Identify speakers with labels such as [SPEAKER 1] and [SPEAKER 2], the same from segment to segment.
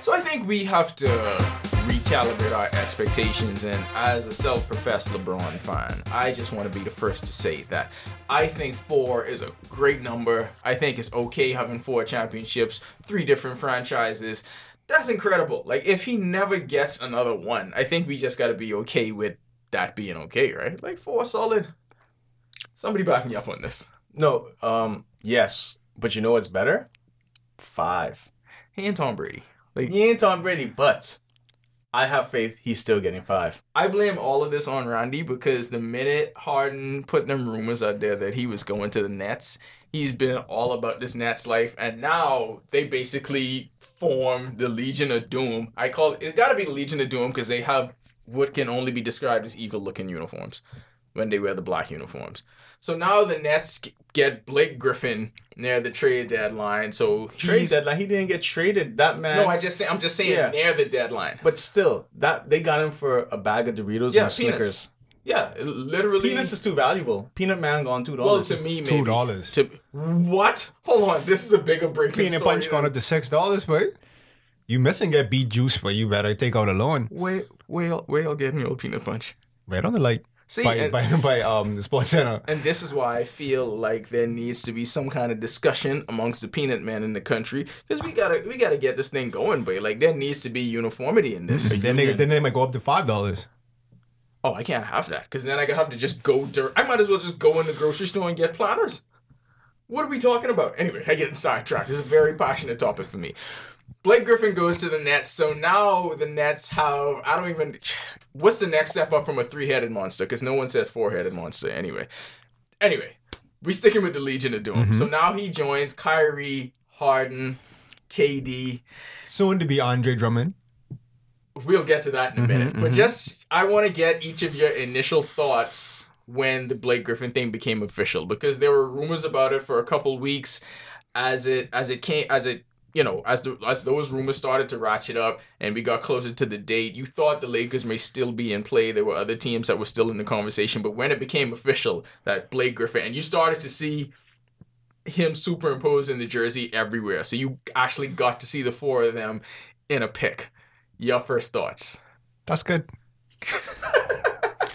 [SPEAKER 1] So I think we have to recalibrate our expectations. And as a self professed LeBron fan, I just want to be the first to say that I think four is a great number. I think it's okay having four championships, three different franchises. That's incredible. Like, if he never gets another one, I think we just got to be okay with that being okay, right? Like, four solid. Somebody back me up on this.
[SPEAKER 2] No, um, yes, but you know what's better? Five.
[SPEAKER 1] He and Tom Brady. Like,
[SPEAKER 2] He ain't Tom Brady, but I have faith he's still getting five.
[SPEAKER 1] I blame all of this on Randy because the minute Harden put them rumors out there that he was going to the Nets, he's been all about this Nets life, and now they basically form the Legion of Doom. I call it, it's got to be the Legion of Doom because they have what can only be described as evil-looking uniforms when they wear the black uniforms. So now the Nets g- get Blake Griffin near the trade deadline. So
[SPEAKER 2] Trade
[SPEAKER 1] he's-
[SPEAKER 2] deadline. He didn't get traded. That man.
[SPEAKER 1] No, I just say, I'm just saying
[SPEAKER 2] Yeah.
[SPEAKER 1] near the deadline.
[SPEAKER 2] But still, that they got him for a bag of Doritos
[SPEAKER 1] Yeah,
[SPEAKER 2] and
[SPEAKER 1] peanuts.
[SPEAKER 2] Snickers.
[SPEAKER 1] Yeah, literally.
[SPEAKER 2] Peanuts is too valuable. Peanut man gone two
[SPEAKER 1] Well,
[SPEAKER 2] dollars.
[SPEAKER 1] to me, maybe.
[SPEAKER 3] Two dollars.
[SPEAKER 1] To what? Hold on. This is a bigger breaking
[SPEAKER 3] Peanut
[SPEAKER 1] story
[SPEAKER 3] punch gone up to six dollars, but you missing that beet juice, but you better take out a loan.
[SPEAKER 1] Whale, whale, whale, get me a peanut punch.
[SPEAKER 3] Right on the light.
[SPEAKER 1] See,
[SPEAKER 3] by,
[SPEAKER 1] and,
[SPEAKER 3] by, by um the sports center.
[SPEAKER 1] and this is why I feel like there needs to be some kind of discussion amongst the peanut men in the country because we gotta we gotta get this thing going, but like there needs to be uniformity in this.
[SPEAKER 3] Then they then they might go up to five dollars.
[SPEAKER 1] Oh, I can't have that because then I have to just go dirt. I might as well just go in the grocery store and get platters. What are we talking about? Anyway, I get sidetracked. This is a very passionate topic for me. Blake Griffin goes to the Nets, so now the Nets have I don't even what's the next step up from a three-headed monster because no one says four-headed monster anyway. Anyway, we sticking with the Legion of Doom. So now he joins Kyrie, Harden, KD,
[SPEAKER 3] Soon to be Andre Drummond.
[SPEAKER 1] We'll get to that in a minute. But just, I want to get each of your initial thoughts when the Blake Griffin thing became official because there were rumors about it for a couple weeks as it as it came as it you know as the as those rumors started to ratchet up and we got closer to the date you thought the lakers may still be in play there were other teams that were still in the conversation but when it became official that blake griffin and you started to see him superimposed in the jersey everywhere so you actually got to see the four of them in a pick your first thoughts.
[SPEAKER 3] That's good.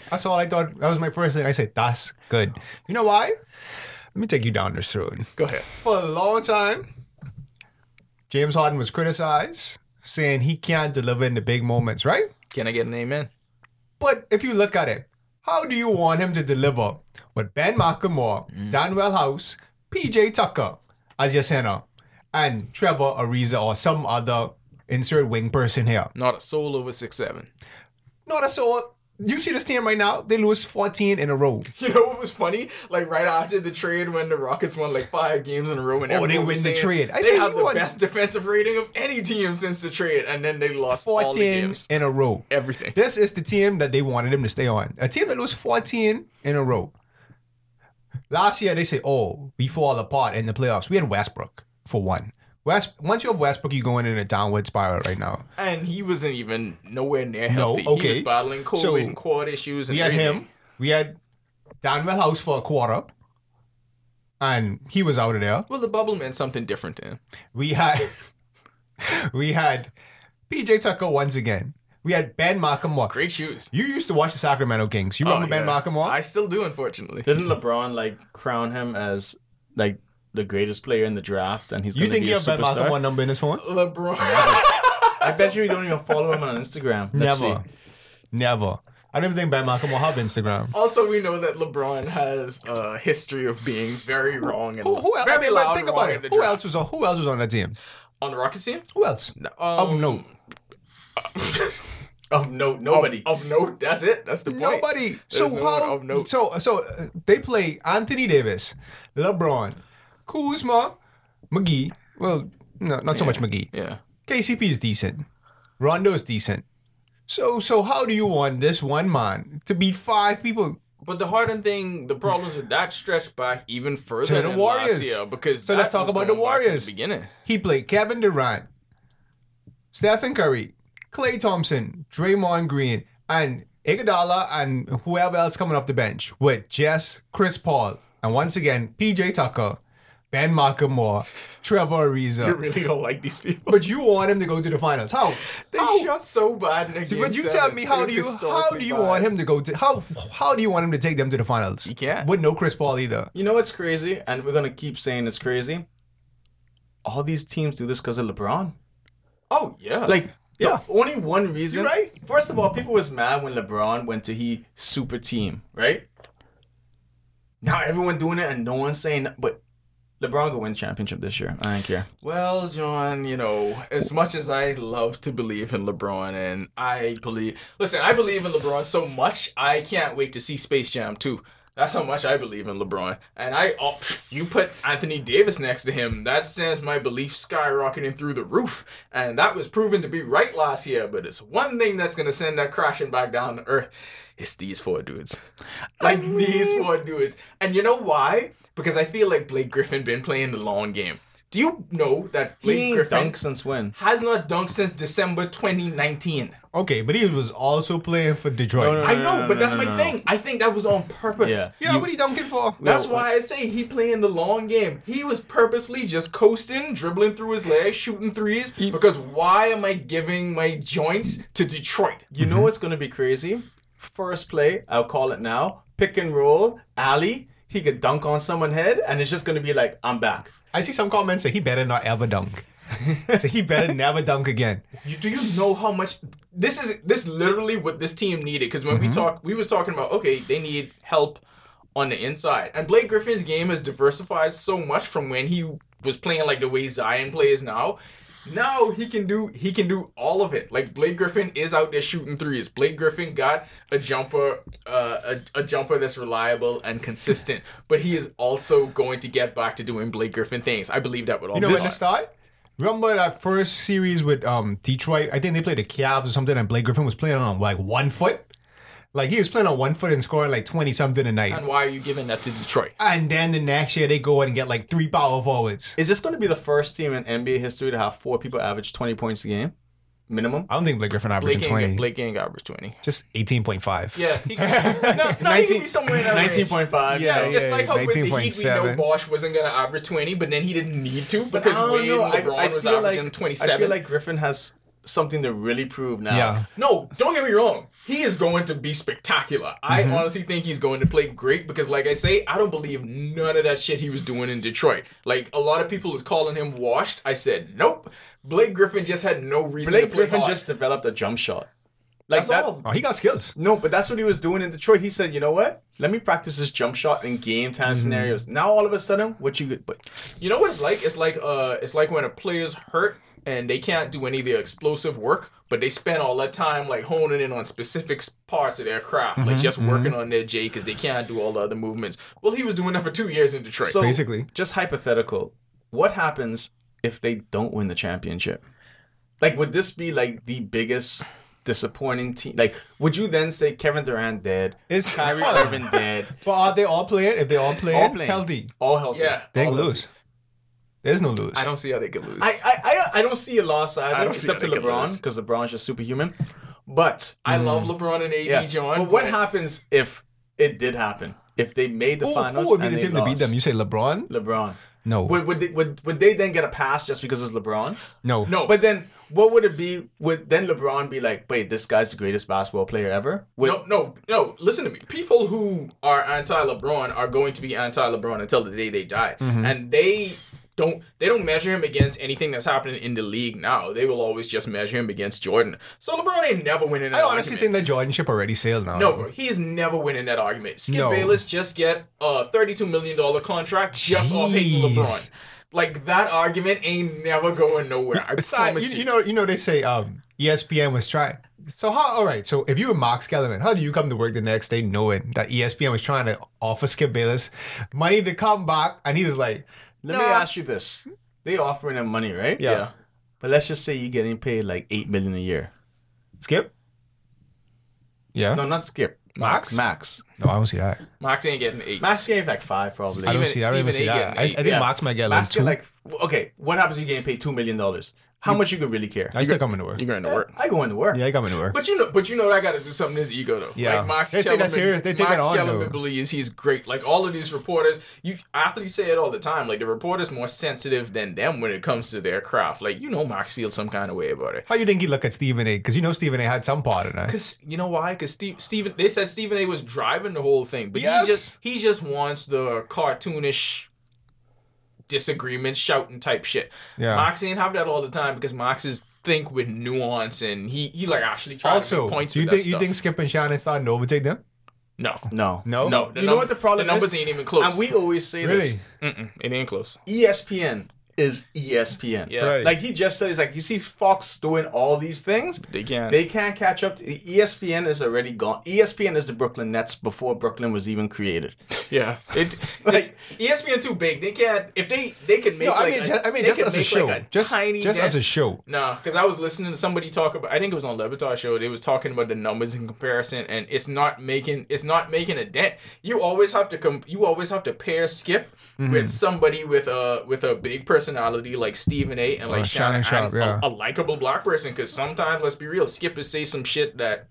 [SPEAKER 3] that's all I thought. That was my first thing. I said, that's good. You know why? Let me take you down this road.
[SPEAKER 1] Go ahead.
[SPEAKER 3] For a long time, James Harden was criticized, saying he can't deliver in the big moments, right?
[SPEAKER 1] Can I get an amen?
[SPEAKER 3] But if you look at it, how do you want him to deliver with Ben McLemore,
[SPEAKER 1] Mm.
[SPEAKER 3] Danwell House, PJ Tucker as your center, and Trevor Ariza or some other insert wing person here?
[SPEAKER 1] Not a soul over six seven.
[SPEAKER 3] No, that's all. You see this team right now, they lose 14 in a row.
[SPEAKER 1] You know what was funny? Like right after the trade, when the Rockets won like five games in a row, and
[SPEAKER 3] Oh, they
[SPEAKER 1] everyone was
[SPEAKER 3] win the
[SPEAKER 1] saying
[SPEAKER 3] trade. I
[SPEAKER 1] they
[SPEAKER 3] say
[SPEAKER 1] have
[SPEAKER 3] you
[SPEAKER 1] the
[SPEAKER 3] won-
[SPEAKER 1] best defensive rating of any team since the trade, and then they lost all the
[SPEAKER 3] 14
[SPEAKER 1] games.
[SPEAKER 3] in a row.
[SPEAKER 1] Everything.
[SPEAKER 3] This is the team that they wanted him to stay on. A team that loses 14 in a row. Last year, they say, oh, we fall apart in the playoffs. We had Westbrook for one. West, once you have Westbrook, you're going in a downward spiral right now.
[SPEAKER 1] And he wasn't even nowhere near healthy. He
[SPEAKER 3] okay.
[SPEAKER 1] was battling COVID
[SPEAKER 3] So,
[SPEAKER 1] and quad issues. And
[SPEAKER 3] We had
[SPEAKER 1] everything.
[SPEAKER 3] him. We had Danwell House for a quarter, and he was out of there.
[SPEAKER 1] Well, the bubble meant something different to him.
[SPEAKER 3] We had we had PJ Tucker once again. We had Ben Markham.
[SPEAKER 1] Great shoes.
[SPEAKER 3] You used to watch the Sacramento Kings. You remember
[SPEAKER 1] Oh,
[SPEAKER 3] Ben
[SPEAKER 1] yeah.
[SPEAKER 3] Markham?
[SPEAKER 1] I still do, unfortunately.
[SPEAKER 2] Didn't LeBron like crown him as like the greatest player in the draft? And he's
[SPEAKER 3] You
[SPEAKER 2] gonna
[SPEAKER 3] think
[SPEAKER 2] be
[SPEAKER 3] you
[SPEAKER 2] a
[SPEAKER 3] have Ben
[SPEAKER 2] superstar?
[SPEAKER 3] Markham number in his phone?
[SPEAKER 1] LeBron.
[SPEAKER 2] I bet you we don't even follow him on Instagram. Let's
[SPEAKER 3] Never.
[SPEAKER 2] see.
[SPEAKER 3] Never. I don't even think Ben Markham will have Instagram.
[SPEAKER 1] Also, we know that LeBron has a history of being very wrong and
[SPEAKER 3] Who, who else? I
[SPEAKER 1] very
[SPEAKER 3] mean,
[SPEAKER 1] loud
[SPEAKER 3] think
[SPEAKER 1] wrong
[SPEAKER 3] about
[SPEAKER 1] in the
[SPEAKER 3] it. Who
[SPEAKER 1] draft.
[SPEAKER 3] else was on? Who else was on that team?
[SPEAKER 1] on the Rockets team? Um,
[SPEAKER 3] Who else? oh no,
[SPEAKER 2] Of no, nobody.
[SPEAKER 1] Of note, that's it. That's the point.
[SPEAKER 3] nobody. So
[SPEAKER 1] There's no one
[SPEAKER 3] how?
[SPEAKER 1] of note.
[SPEAKER 3] So so uh, they play Anthony Davis, LeBron, Kuzma, McGee. Well, no, not so much McGee.
[SPEAKER 1] Yeah.
[SPEAKER 3] KCP is decent. Rondo's decent. So so how do you want this one man to beat five people?
[SPEAKER 1] But the Harden thing, the problems with that stretched back even further
[SPEAKER 3] To the
[SPEAKER 1] than last
[SPEAKER 3] Warriors.
[SPEAKER 1] year because
[SPEAKER 3] So
[SPEAKER 1] that
[SPEAKER 3] let's talk
[SPEAKER 1] was
[SPEAKER 3] about
[SPEAKER 1] going back
[SPEAKER 3] the
[SPEAKER 1] to
[SPEAKER 3] Warriors.
[SPEAKER 1] the beginning.
[SPEAKER 3] He played Kevin Durant, Stephen Curry, Clay Thompson, Draymond Green, and Iguodala and whoever else coming off the bench with Jess, Chris Paul, and once again PJ Tucker, Ben Markham Moore, Trevor Ariza.
[SPEAKER 1] I really don't like these people.
[SPEAKER 3] but you want him to go to the finals. How?
[SPEAKER 1] They
[SPEAKER 3] how?
[SPEAKER 1] shot so bad in a game
[SPEAKER 3] Oh. But you
[SPEAKER 1] seven.
[SPEAKER 3] tell me how
[SPEAKER 1] It
[SPEAKER 3] do
[SPEAKER 1] is
[SPEAKER 3] you how
[SPEAKER 1] historically
[SPEAKER 3] do you
[SPEAKER 1] bad.
[SPEAKER 3] want him to go to how how do you want him to take them to the finals?
[SPEAKER 1] You can't.
[SPEAKER 3] With no Chris Paul either.
[SPEAKER 2] You know what's crazy, and we're gonna keep saying it's crazy. All these teams do this because of LeBron.
[SPEAKER 1] Oh yeah.
[SPEAKER 2] Like, yeah,
[SPEAKER 3] Yeah.
[SPEAKER 2] only one reason.
[SPEAKER 3] You're right.
[SPEAKER 2] First of all, people was mad when LeBron went to he super team, right? Now everyone doing it and no one's saying, but LeBron could win championship this year. I don't care.
[SPEAKER 1] Well, John, you know, as much as I love to believe in LeBron and I believe listen, I believe in LeBron so much, I can't wait to see Space Jam 2. That's how much I believe in LeBron. And I oh, you put Anthony Davis next to him, that sends my belief skyrocketing through the roof. And that was proven to be right last year, but it's one thing that's gonna send that crashing back down to earth. It's these four dudes. Like these four dudes. And you know why? Because I feel like Blake Griffin been playing the long game. Do you know that
[SPEAKER 2] He
[SPEAKER 1] Blake
[SPEAKER 2] ain't
[SPEAKER 1] Griffin
[SPEAKER 2] dunked since when?
[SPEAKER 1] has not dunked since December 2019?
[SPEAKER 3] Okay, but he was also playing for Detroit.
[SPEAKER 2] no,
[SPEAKER 1] I
[SPEAKER 2] no,
[SPEAKER 1] know,
[SPEAKER 2] no,
[SPEAKER 1] but
[SPEAKER 2] no,
[SPEAKER 1] that's my
[SPEAKER 2] no, no.
[SPEAKER 1] thing. I think that was on purpose.
[SPEAKER 2] Yeah.
[SPEAKER 3] yeah, what are you dunking for?
[SPEAKER 1] That's
[SPEAKER 2] No.
[SPEAKER 1] why I say he playing the long game. He was purposely just coasting, dribbling through his legs, shooting threes. because why am I giving my joints to Detroit?
[SPEAKER 2] You know what's gonna be crazy? First play, I'll call it now. Pick and roll, alley. He could dunk on someone's head, and it's just gonna be like, I'm back.
[SPEAKER 3] I see some comments say he better not ever dunk. so he better never dunk again.
[SPEAKER 1] You, do you know how much this is? This literally what this team needed. Because when we
[SPEAKER 3] Mm-hmm.
[SPEAKER 1] talk, we was talking about okay, they need help on the inside, and Blake Griffin's game has diversified so much from when he was playing like the way Zion plays now. Now he can do he can do all of it. Like Blake Griffin is out there shooting threes. Blake Griffin got a jumper, uh, a, a jumper that's reliable and consistent. But he is also going to get back to doing Blake Griffin things. I believe that with all
[SPEAKER 3] You know
[SPEAKER 1] this.
[SPEAKER 3] when to start? Remember that first series with um, Detroit? I think they played the Cavs or something, and Blake Griffin was playing on like one foot. Like he was playing on one foot and scoring like twenty something a night.
[SPEAKER 1] and why are you giving that to Detroit?
[SPEAKER 3] And then the next year they go and get like three power forwards.
[SPEAKER 2] Is this going to be the first team in NBA history to have four people average 20 points a game minimum?
[SPEAKER 3] I don't think Blake Griffin averaging
[SPEAKER 1] Blake ain't,
[SPEAKER 3] twenty,
[SPEAKER 1] get- Blake ain't average 20.
[SPEAKER 3] just eighteen point five.
[SPEAKER 1] Yeah. He, no, no, he could be somewhere in that range.
[SPEAKER 2] 19.5.
[SPEAKER 1] Yeah,
[SPEAKER 3] Yeah,
[SPEAKER 1] it's
[SPEAKER 3] yeah,
[SPEAKER 1] like how with the Heat, we
[SPEAKER 3] 19.7.
[SPEAKER 1] know Bosch wasn't going to average 20, but then he didn't need to
[SPEAKER 2] I
[SPEAKER 1] because
[SPEAKER 2] don't
[SPEAKER 1] Wade
[SPEAKER 2] know,
[SPEAKER 1] and
[SPEAKER 2] I-
[SPEAKER 1] LeBron
[SPEAKER 2] I
[SPEAKER 1] was
[SPEAKER 2] feel
[SPEAKER 1] averaging
[SPEAKER 2] like-
[SPEAKER 1] 27.
[SPEAKER 2] I feel like Griffin has something to really prove now.
[SPEAKER 3] Yeah.
[SPEAKER 1] No, don't get me wrong. He is going to be spectacular. I
[SPEAKER 2] Mm-hmm.
[SPEAKER 1] honestly think he's going to play great because, like I say, I don't believe none of that shit he was doing in Detroit. Like a lot of people is calling him washed. I said nope. Blake Griffin just had no reason. to
[SPEAKER 2] Blake
[SPEAKER 1] play
[SPEAKER 2] Griffin
[SPEAKER 1] hard.
[SPEAKER 2] just developed a jump shot. Like
[SPEAKER 1] That's
[SPEAKER 2] that.
[SPEAKER 1] all.
[SPEAKER 3] Oh, he got skills.
[SPEAKER 2] No, but that's what he was doing in Detroit. He said, "You know what? Let me practice this jump shot in game time scenarios." Now all of a sudden, what you could, but
[SPEAKER 1] You know what it's like? It's like uh, it's like when a player's hurt and they can't do any of the explosive work, but they spend all that time like honing in on specific s- parts of their craft, like just working on their J because they can't do all the other movements. Well, he was doing that for two years in Detroit.
[SPEAKER 2] so
[SPEAKER 3] Basically.
[SPEAKER 2] just hypothetical. What happens if they don't win the championship? Like, would this be like the biggest disappointing team? Like, would you then say Kevin Durant dead,
[SPEAKER 3] It's
[SPEAKER 2] Kyrie Irving dead,
[SPEAKER 3] But are they all playing? If they all playing,
[SPEAKER 2] all playing
[SPEAKER 3] healthy,
[SPEAKER 2] all healthy?
[SPEAKER 1] yeah,
[SPEAKER 3] they
[SPEAKER 1] all of-
[SPEAKER 3] lose. There's no lose.
[SPEAKER 1] I don't see how they could lose.
[SPEAKER 2] I, I, I, I don't see a loss either,
[SPEAKER 1] I don't see
[SPEAKER 2] except to
[SPEAKER 1] how they could
[SPEAKER 2] LeBron
[SPEAKER 1] lose.
[SPEAKER 2] because LeBron's just superhuman. But
[SPEAKER 1] I love LeBron and AD,
[SPEAKER 2] yeah,
[SPEAKER 1] John.
[SPEAKER 2] but what happens if it did happen? If they made the
[SPEAKER 3] Who,
[SPEAKER 2] finals
[SPEAKER 3] who would be
[SPEAKER 2] and
[SPEAKER 3] the
[SPEAKER 2] they
[SPEAKER 3] team
[SPEAKER 2] lost?
[SPEAKER 3] to beat them? You say LeBron?
[SPEAKER 2] LeBron.
[SPEAKER 3] No,
[SPEAKER 2] Would, would, they, would, would they then get a pass just because it's LeBron?
[SPEAKER 3] no,
[SPEAKER 1] No,
[SPEAKER 2] But then, what would it be? Would then LeBron be like, "Wait, this guy's the greatest basketball player ever"? Would,
[SPEAKER 1] No, no, no. Listen to me. People who are anti LeBron are going to be anti LeBron until the day they die,
[SPEAKER 3] Mm-hmm.
[SPEAKER 1] and they don't they don't measure him against anything that's happening in the league now. They will always just measure him against Jordan. So LeBron ain't never winning. That
[SPEAKER 3] I honestly
[SPEAKER 1] argument.
[SPEAKER 3] think that Jordan ship already sailed now.
[SPEAKER 1] No, bro, he's never winning that argument. Skip
[SPEAKER 3] No.
[SPEAKER 1] Bayless just get a thirty-two million dollar contract just off hating
[SPEAKER 3] Jeez.
[SPEAKER 1] LeBron. Like that argument ain't never going nowhere. I
[SPEAKER 3] Besides,
[SPEAKER 1] promise
[SPEAKER 3] you, you know, you know, they say um, ESPN was trying. So how? All right. So if you were Max Kellerman, how do you come to work the next day knowing that E ESPN was trying to offer Skip Bayless money to come back, and he was like,
[SPEAKER 2] Let me
[SPEAKER 3] Nah.
[SPEAKER 2] ask you this: They offering him money, right?
[SPEAKER 1] Yeah.
[SPEAKER 2] But let's just say you're getting paid like eight million a year.
[SPEAKER 3] "Skip, yeah,
[SPEAKER 2] No, not Skip.
[SPEAKER 3] Max?
[SPEAKER 2] Max.
[SPEAKER 3] No, I don't see that.
[SPEAKER 1] Moxie ain't getting eight.
[SPEAKER 2] Max gave like five probably.
[SPEAKER 3] I
[SPEAKER 1] Steven-
[SPEAKER 3] don't see. I don't even
[SPEAKER 1] Steven
[SPEAKER 3] see
[SPEAKER 1] A
[SPEAKER 3] that.
[SPEAKER 1] getting
[SPEAKER 3] I, I
[SPEAKER 1] eight.
[SPEAKER 3] think
[SPEAKER 2] Yeah.
[SPEAKER 3] Max might get like
[SPEAKER 2] Max
[SPEAKER 3] two.
[SPEAKER 2] get like okay. What happens if you getting paid two million dollars? How much you could really care?
[SPEAKER 3] I still coming to work.
[SPEAKER 1] You're going to
[SPEAKER 2] Yeah,
[SPEAKER 1] work.
[SPEAKER 2] I go into work.
[SPEAKER 3] Yeah, I coming to work.
[SPEAKER 1] But you know, but you know, I got to do something to his ego though.
[SPEAKER 3] Yeah.
[SPEAKER 1] like Max
[SPEAKER 3] They take
[SPEAKER 1] Kellerman-
[SPEAKER 3] that serious. They take
[SPEAKER 1] Max
[SPEAKER 3] it on,
[SPEAKER 1] Kellerman
[SPEAKER 3] though.
[SPEAKER 1] believes he's great. Like all of these reporters, you athletes say it all the time. Like the reporters more sensitive than them when it comes to their craft. Like you know, Max feels some kind of way about it.
[SPEAKER 3] How you think he look at Stephen A? Because you know Stephen A had some part in that.
[SPEAKER 1] Cause you know why? Cause Steve, Stephen, they said Stephen A. was driving the whole thing, but
[SPEAKER 3] Yes.
[SPEAKER 1] he just he just wants the cartoonish disagreement, shouting type shit.
[SPEAKER 3] Yeah.
[SPEAKER 1] Mox ain't have that all the time because Mox is think with nuance and he he like actually tries
[SPEAKER 3] Also,
[SPEAKER 1] to make points.
[SPEAKER 3] do you
[SPEAKER 1] with
[SPEAKER 3] think
[SPEAKER 1] that
[SPEAKER 3] you
[SPEAKER 1] stuff.
[SPEAKER 3] think Skip and Shannon starting to overtake them?
[SPEAKER 1] no?
[SPEAKER 2] No.
[SPEAKER 3] No,
[SPEAKER 1] No, Oh, the
[SPEAKER 2] You know
[SPEAKER 1] num-
[SPEAKER 2] what the problem
[SPEAKER 1] the numbers
[SPEAKER 2] is?
[SPEAKER 1] ain't even close.
[SPEAKER 2] And we always say E
[SPEAKER 3] really.
[SPEAKER 1] Mm-mm, it ain't close.
[SPEAKER 2] this: ESPN is E ESPN.
[SPEAKER 1] Yeah,
[SPEAKER 3] Right.
[SPEAKER 2] Like he just said, he's like, you see Fox doing all these things.
[SPEAKER 1] they can't.
[SPEAKER 2] They can't catch up. To, E ESPN is already gone. E ESPN is the Brooklyn Nets before Brooklyn was even created.
[SPEAKER 1] yeah, it.
[SPEAKER 2] Like-
[SPEAKER 1] it's- ESPN too big. They can't. If they they can make.
[SPEAKER 3] No, I
[SPEAKER 1] like
[SPEAKER 3] mean,
[SPEAKER 1] a-
[SPEAKER 3] just, I mean,
[SPEAKER 1] they
[SPEAKER 3] just
[SPEAKER 1] could
[SPEAKER 3] as a
[SPEAKER 1] make
[SPEAKER 3] show,
[SPEAKER 1] like a
[SPEAKER 3] just
[SPEAKER 1] tiny
[SPEAKER 3] just as a show.
[SPEAKER 1] Nah, because I was listening to somebody talk about. I think it was on Levitar show. They was talking about the numbers in comparison, and it's not making it's not making a dent. You always have to com- You always have to pair Skip
[SPEAKER 3] Mm-hmm.
[SPEAKER 1] with somebody with a with a big personality like Stephen A. and like
[SPEAKER 3] Or
[SPEAKER 1] Shannon,
[SPEAKER 3] Shannon Sharp,
[SPEAKER 1] and
[SPEAKER 3] yeah.
[SPEAKER 1] a, a likable black person. Because sometimes, let's be real, Skip is say some shit that.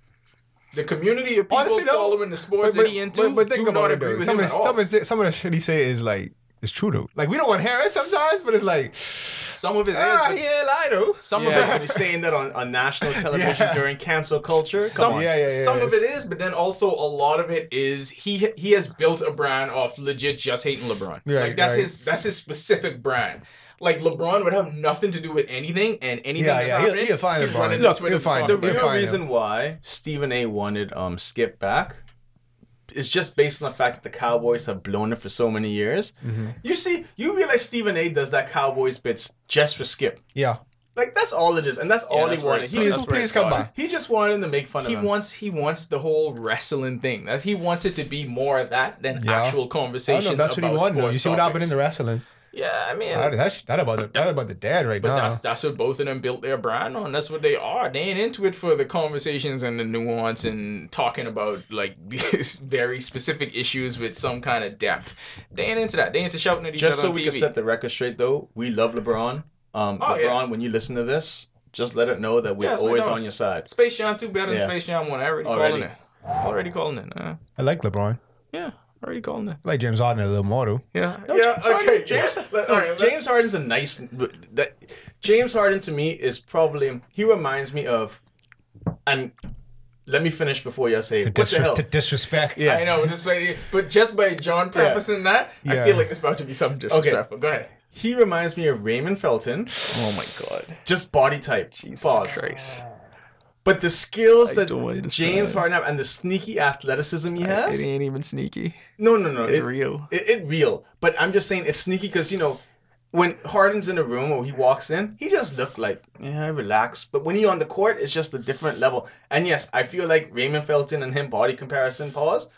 [SPEAKER 1] The community of people
[SPEAKER 3] Honestly, though,
[SPEAKER 1] following the sports that he into
[SPEAKER 3] but- but think
[SPEAKER 1] do
[SPEAKER 3] about
[SPEAKER 1] not
[SPEAKER 3] it,
[SPEAKER 1] agree
[SPEAKER 3] though.
[SPEAKER 1] with
[SPEAKER 3] Some
[SPEAKER 1] him at
[SPEAKER 3] of, the,
[SPEAKER 1] all.
[SPEAKER 3] some, of the, some of the shit he say is like, it's true though. Like we don't want to hear it sometimes, but it's like,
[SPEAKER 1] Some of his is,
[SPEAKER 3] ah,
[SPEAKER 1] but
[SPEAKER 3] he ain't lie though.
[SPEAKER 1] some
[SPEAKER 2] Yeah,
[SPEAKER 1] of
[SPEAKER 2] when
[SPEAKER 1] it
[SPEAKER 2] he's saying that on, on national television
[SPEAKER 3] Yeah.
[SPEAKER 2] during cancel culture. Come
[SPEAKER 1] some,
[SPEAKER 2] on.
[SPEAKER 3] Yeah, yeah, yeah,
[SPEAKER 1] some
[SPEAKER 3] yeah.
[SPEAKER 1] of it is, but then also a lot of it is he he has built a brand off legit just hating LeBron. like
[SPEAKER 3] Right,
[SPEAKER 1] that's
[SPEAKER 3] right.
[SPEAKER 1] his that's his specific brand. Like LeBron would have nothing to do with anything, and anything
[SPEAKER 3] Yeah,
[SPEAKER 1] that's
[SPEAKER 3] yeah, he'll-
[SPEAKER 1] happening,
[SPEAKER 3] he'll find
[SPEAKER 1] he's
[SPEAKER 3] LeBron.
[SPEAKER 1] running
[SPEAKER 3] Look,
[SPEAKER 1] to Twitter
[SPEAKER 3] he'll
[SPEAKER 1] to talk
[SPEAKER 3] find
[SPEAKER 2] The
[SPEAKER 3] him.
[SPEAKER 1] about
[SPEAKER 3] You'll
[SPEAKER 1] it.
[SPEAKER 2] real
[SPEAKER 3] find
[SPEAKER 2] reason why Stephen A. wanted um, Skip back is just based on the fact that the Cowboys have blown it for so many years.
[SPEAKER 1] Mm-hmm.
[SPEAKER 2] You see, you realize Stephen A. does that Cowboys bits just for Skip.
[SPEAKER 3] Yeah,
[SPEAKER 2] Like that's all it is, and that's all
[SPEAKER 1] that's
[SPEAKER 2] he
[SPEAKER 1] where
[SPEAKER 2] wanted.
[SPEAKER 1] it
[SPEAKER 2] He
[SPEAKER 1] starts. That's
[SPEAKER 2] just,
[SPEAKER 3] please,
[SPEAKER 1] where
[SPEAKER 3] please
[SPEAKER 1] it
[SPEAKER 3] come
[SPEAKER 1] started.
[SPEAKER 3] by.
[SPEAKER 2] he just wanted him to make fun
[SPEAKER 1] He
[SPEAKER 2] of him.
[SPEAKER 1] wants he wants the whole wrestling thing. That he wants it to be more of that than
[SPEAKER 3] Yeah.
[SPEAKER 1] actual
[SPEAKER 3] I don't
[SPEAKER 1] conversations
[SPEAKER 3] know. if That's what
[SPEAKER 1] about
[SPEAKER 3] he won though.
[SPEAKER 1] sports
[SPEAKER 3] You see what happened in the
[SPEAKER 1] topics.
[SPEAKER 3] wrestling?
[SPEAKER 1] Yeah, I mean,
[SPEAKER 3] That, that's that about the, that about the dad right
[SPEAKER 1] But
[SPEAKER 3] now.
[SPEAKER 1] that's that's what both of them built their brand on. That's what they are. They ain't into it for the conversations and the nuance and talking about like very specific issues with some kind of depth. They ain't into that. They into shouting at each
[SPEAKER 2] Just
[SPEAKER 1] other
[SPEAKER 2] so
[SPEAKER 1] on
[SPEAKER 2] we
[SPEAKER 1] TV.
[SPEAKER 2] can set the record straight, though, we love LeBron. Um,
[SPEAKER 1] Oh,
[SPEAKER 2] LeBron,
[SPEAKER 1] yeah.
[SPEAKER 2] when you listen to this, just let it know that we're
[SPEAKER 1] Yes, we
[SPEAKER 2] always
[SPEAKER 1] know.
[SPEAKER 2] on your side.
[SPEAKER 1] Space Jam two better than
[SPEAKER 2] Yeah.
[SPEAKER 1] Space Jam one. I already,
[SPEAKER 2] Already.
[SPEAKER 1] calling it. Already calling it. Uh,
[SPEAKER 3] I like LeBron.
[SPEAKER 1] yeah, already calling it.
[SPEAKER 3] I like James Harden a little more though.
[SPEAKER 1] Yeah,
[SPEAKER 2] yeah, okay. James,
[SPEAKER 1] James.
[SPEAKER 2] look,
[SPEAKER 1] All right,
[SPEAKER 2] James Harden's a nice. That, James Harden to me is probably he reminds me of, and let me finish before y'all say it. What the hell?
[SPEAKER 3] Disres- to disrespect.
[SPEAKER 2] Yeah.
[SPEAKER 1] I know, just like, but just by John prefacing that, I
[SPEAKER 3] Yeah.
[SPEAKER 1] feel like it's about to be something disrespectful. Go ahead.
[SPEAKER 2] He reminds me of Raymond Felton,
[SPEAKER 1] Oh my God,
[SPEAKER 2] just body type.
[SPEAKER 1] Jesus
[SPEAKER 2] Pause.
[SPEAKER 1] Christ!
[SPEAKER 2] But the skills that
[SPEAKER 1] don't want you to
[SPEAKER 2] James
[SPEAKER 1] say.
[SPEAKER 2] Harden have and the sneaky athleticism he
[SPEAKER 1] It
[SPEAKER 2] has.
[SPEAKER 1] ain't even sneaky.
[SPEAKER 2] No, no, no.
[SPEAKER 1] It's
[SPEAKER 2] it-
[SPEAKER 1] real.
[SPEAKER 2] It, it real, but I'm just saying it's sneaky because you know when Harden's in the room or he walks in, he just looked like yeah, relax. But when he on the court, it's just a different level. And yes, I feel like Raymond Felton and him body comparison pause.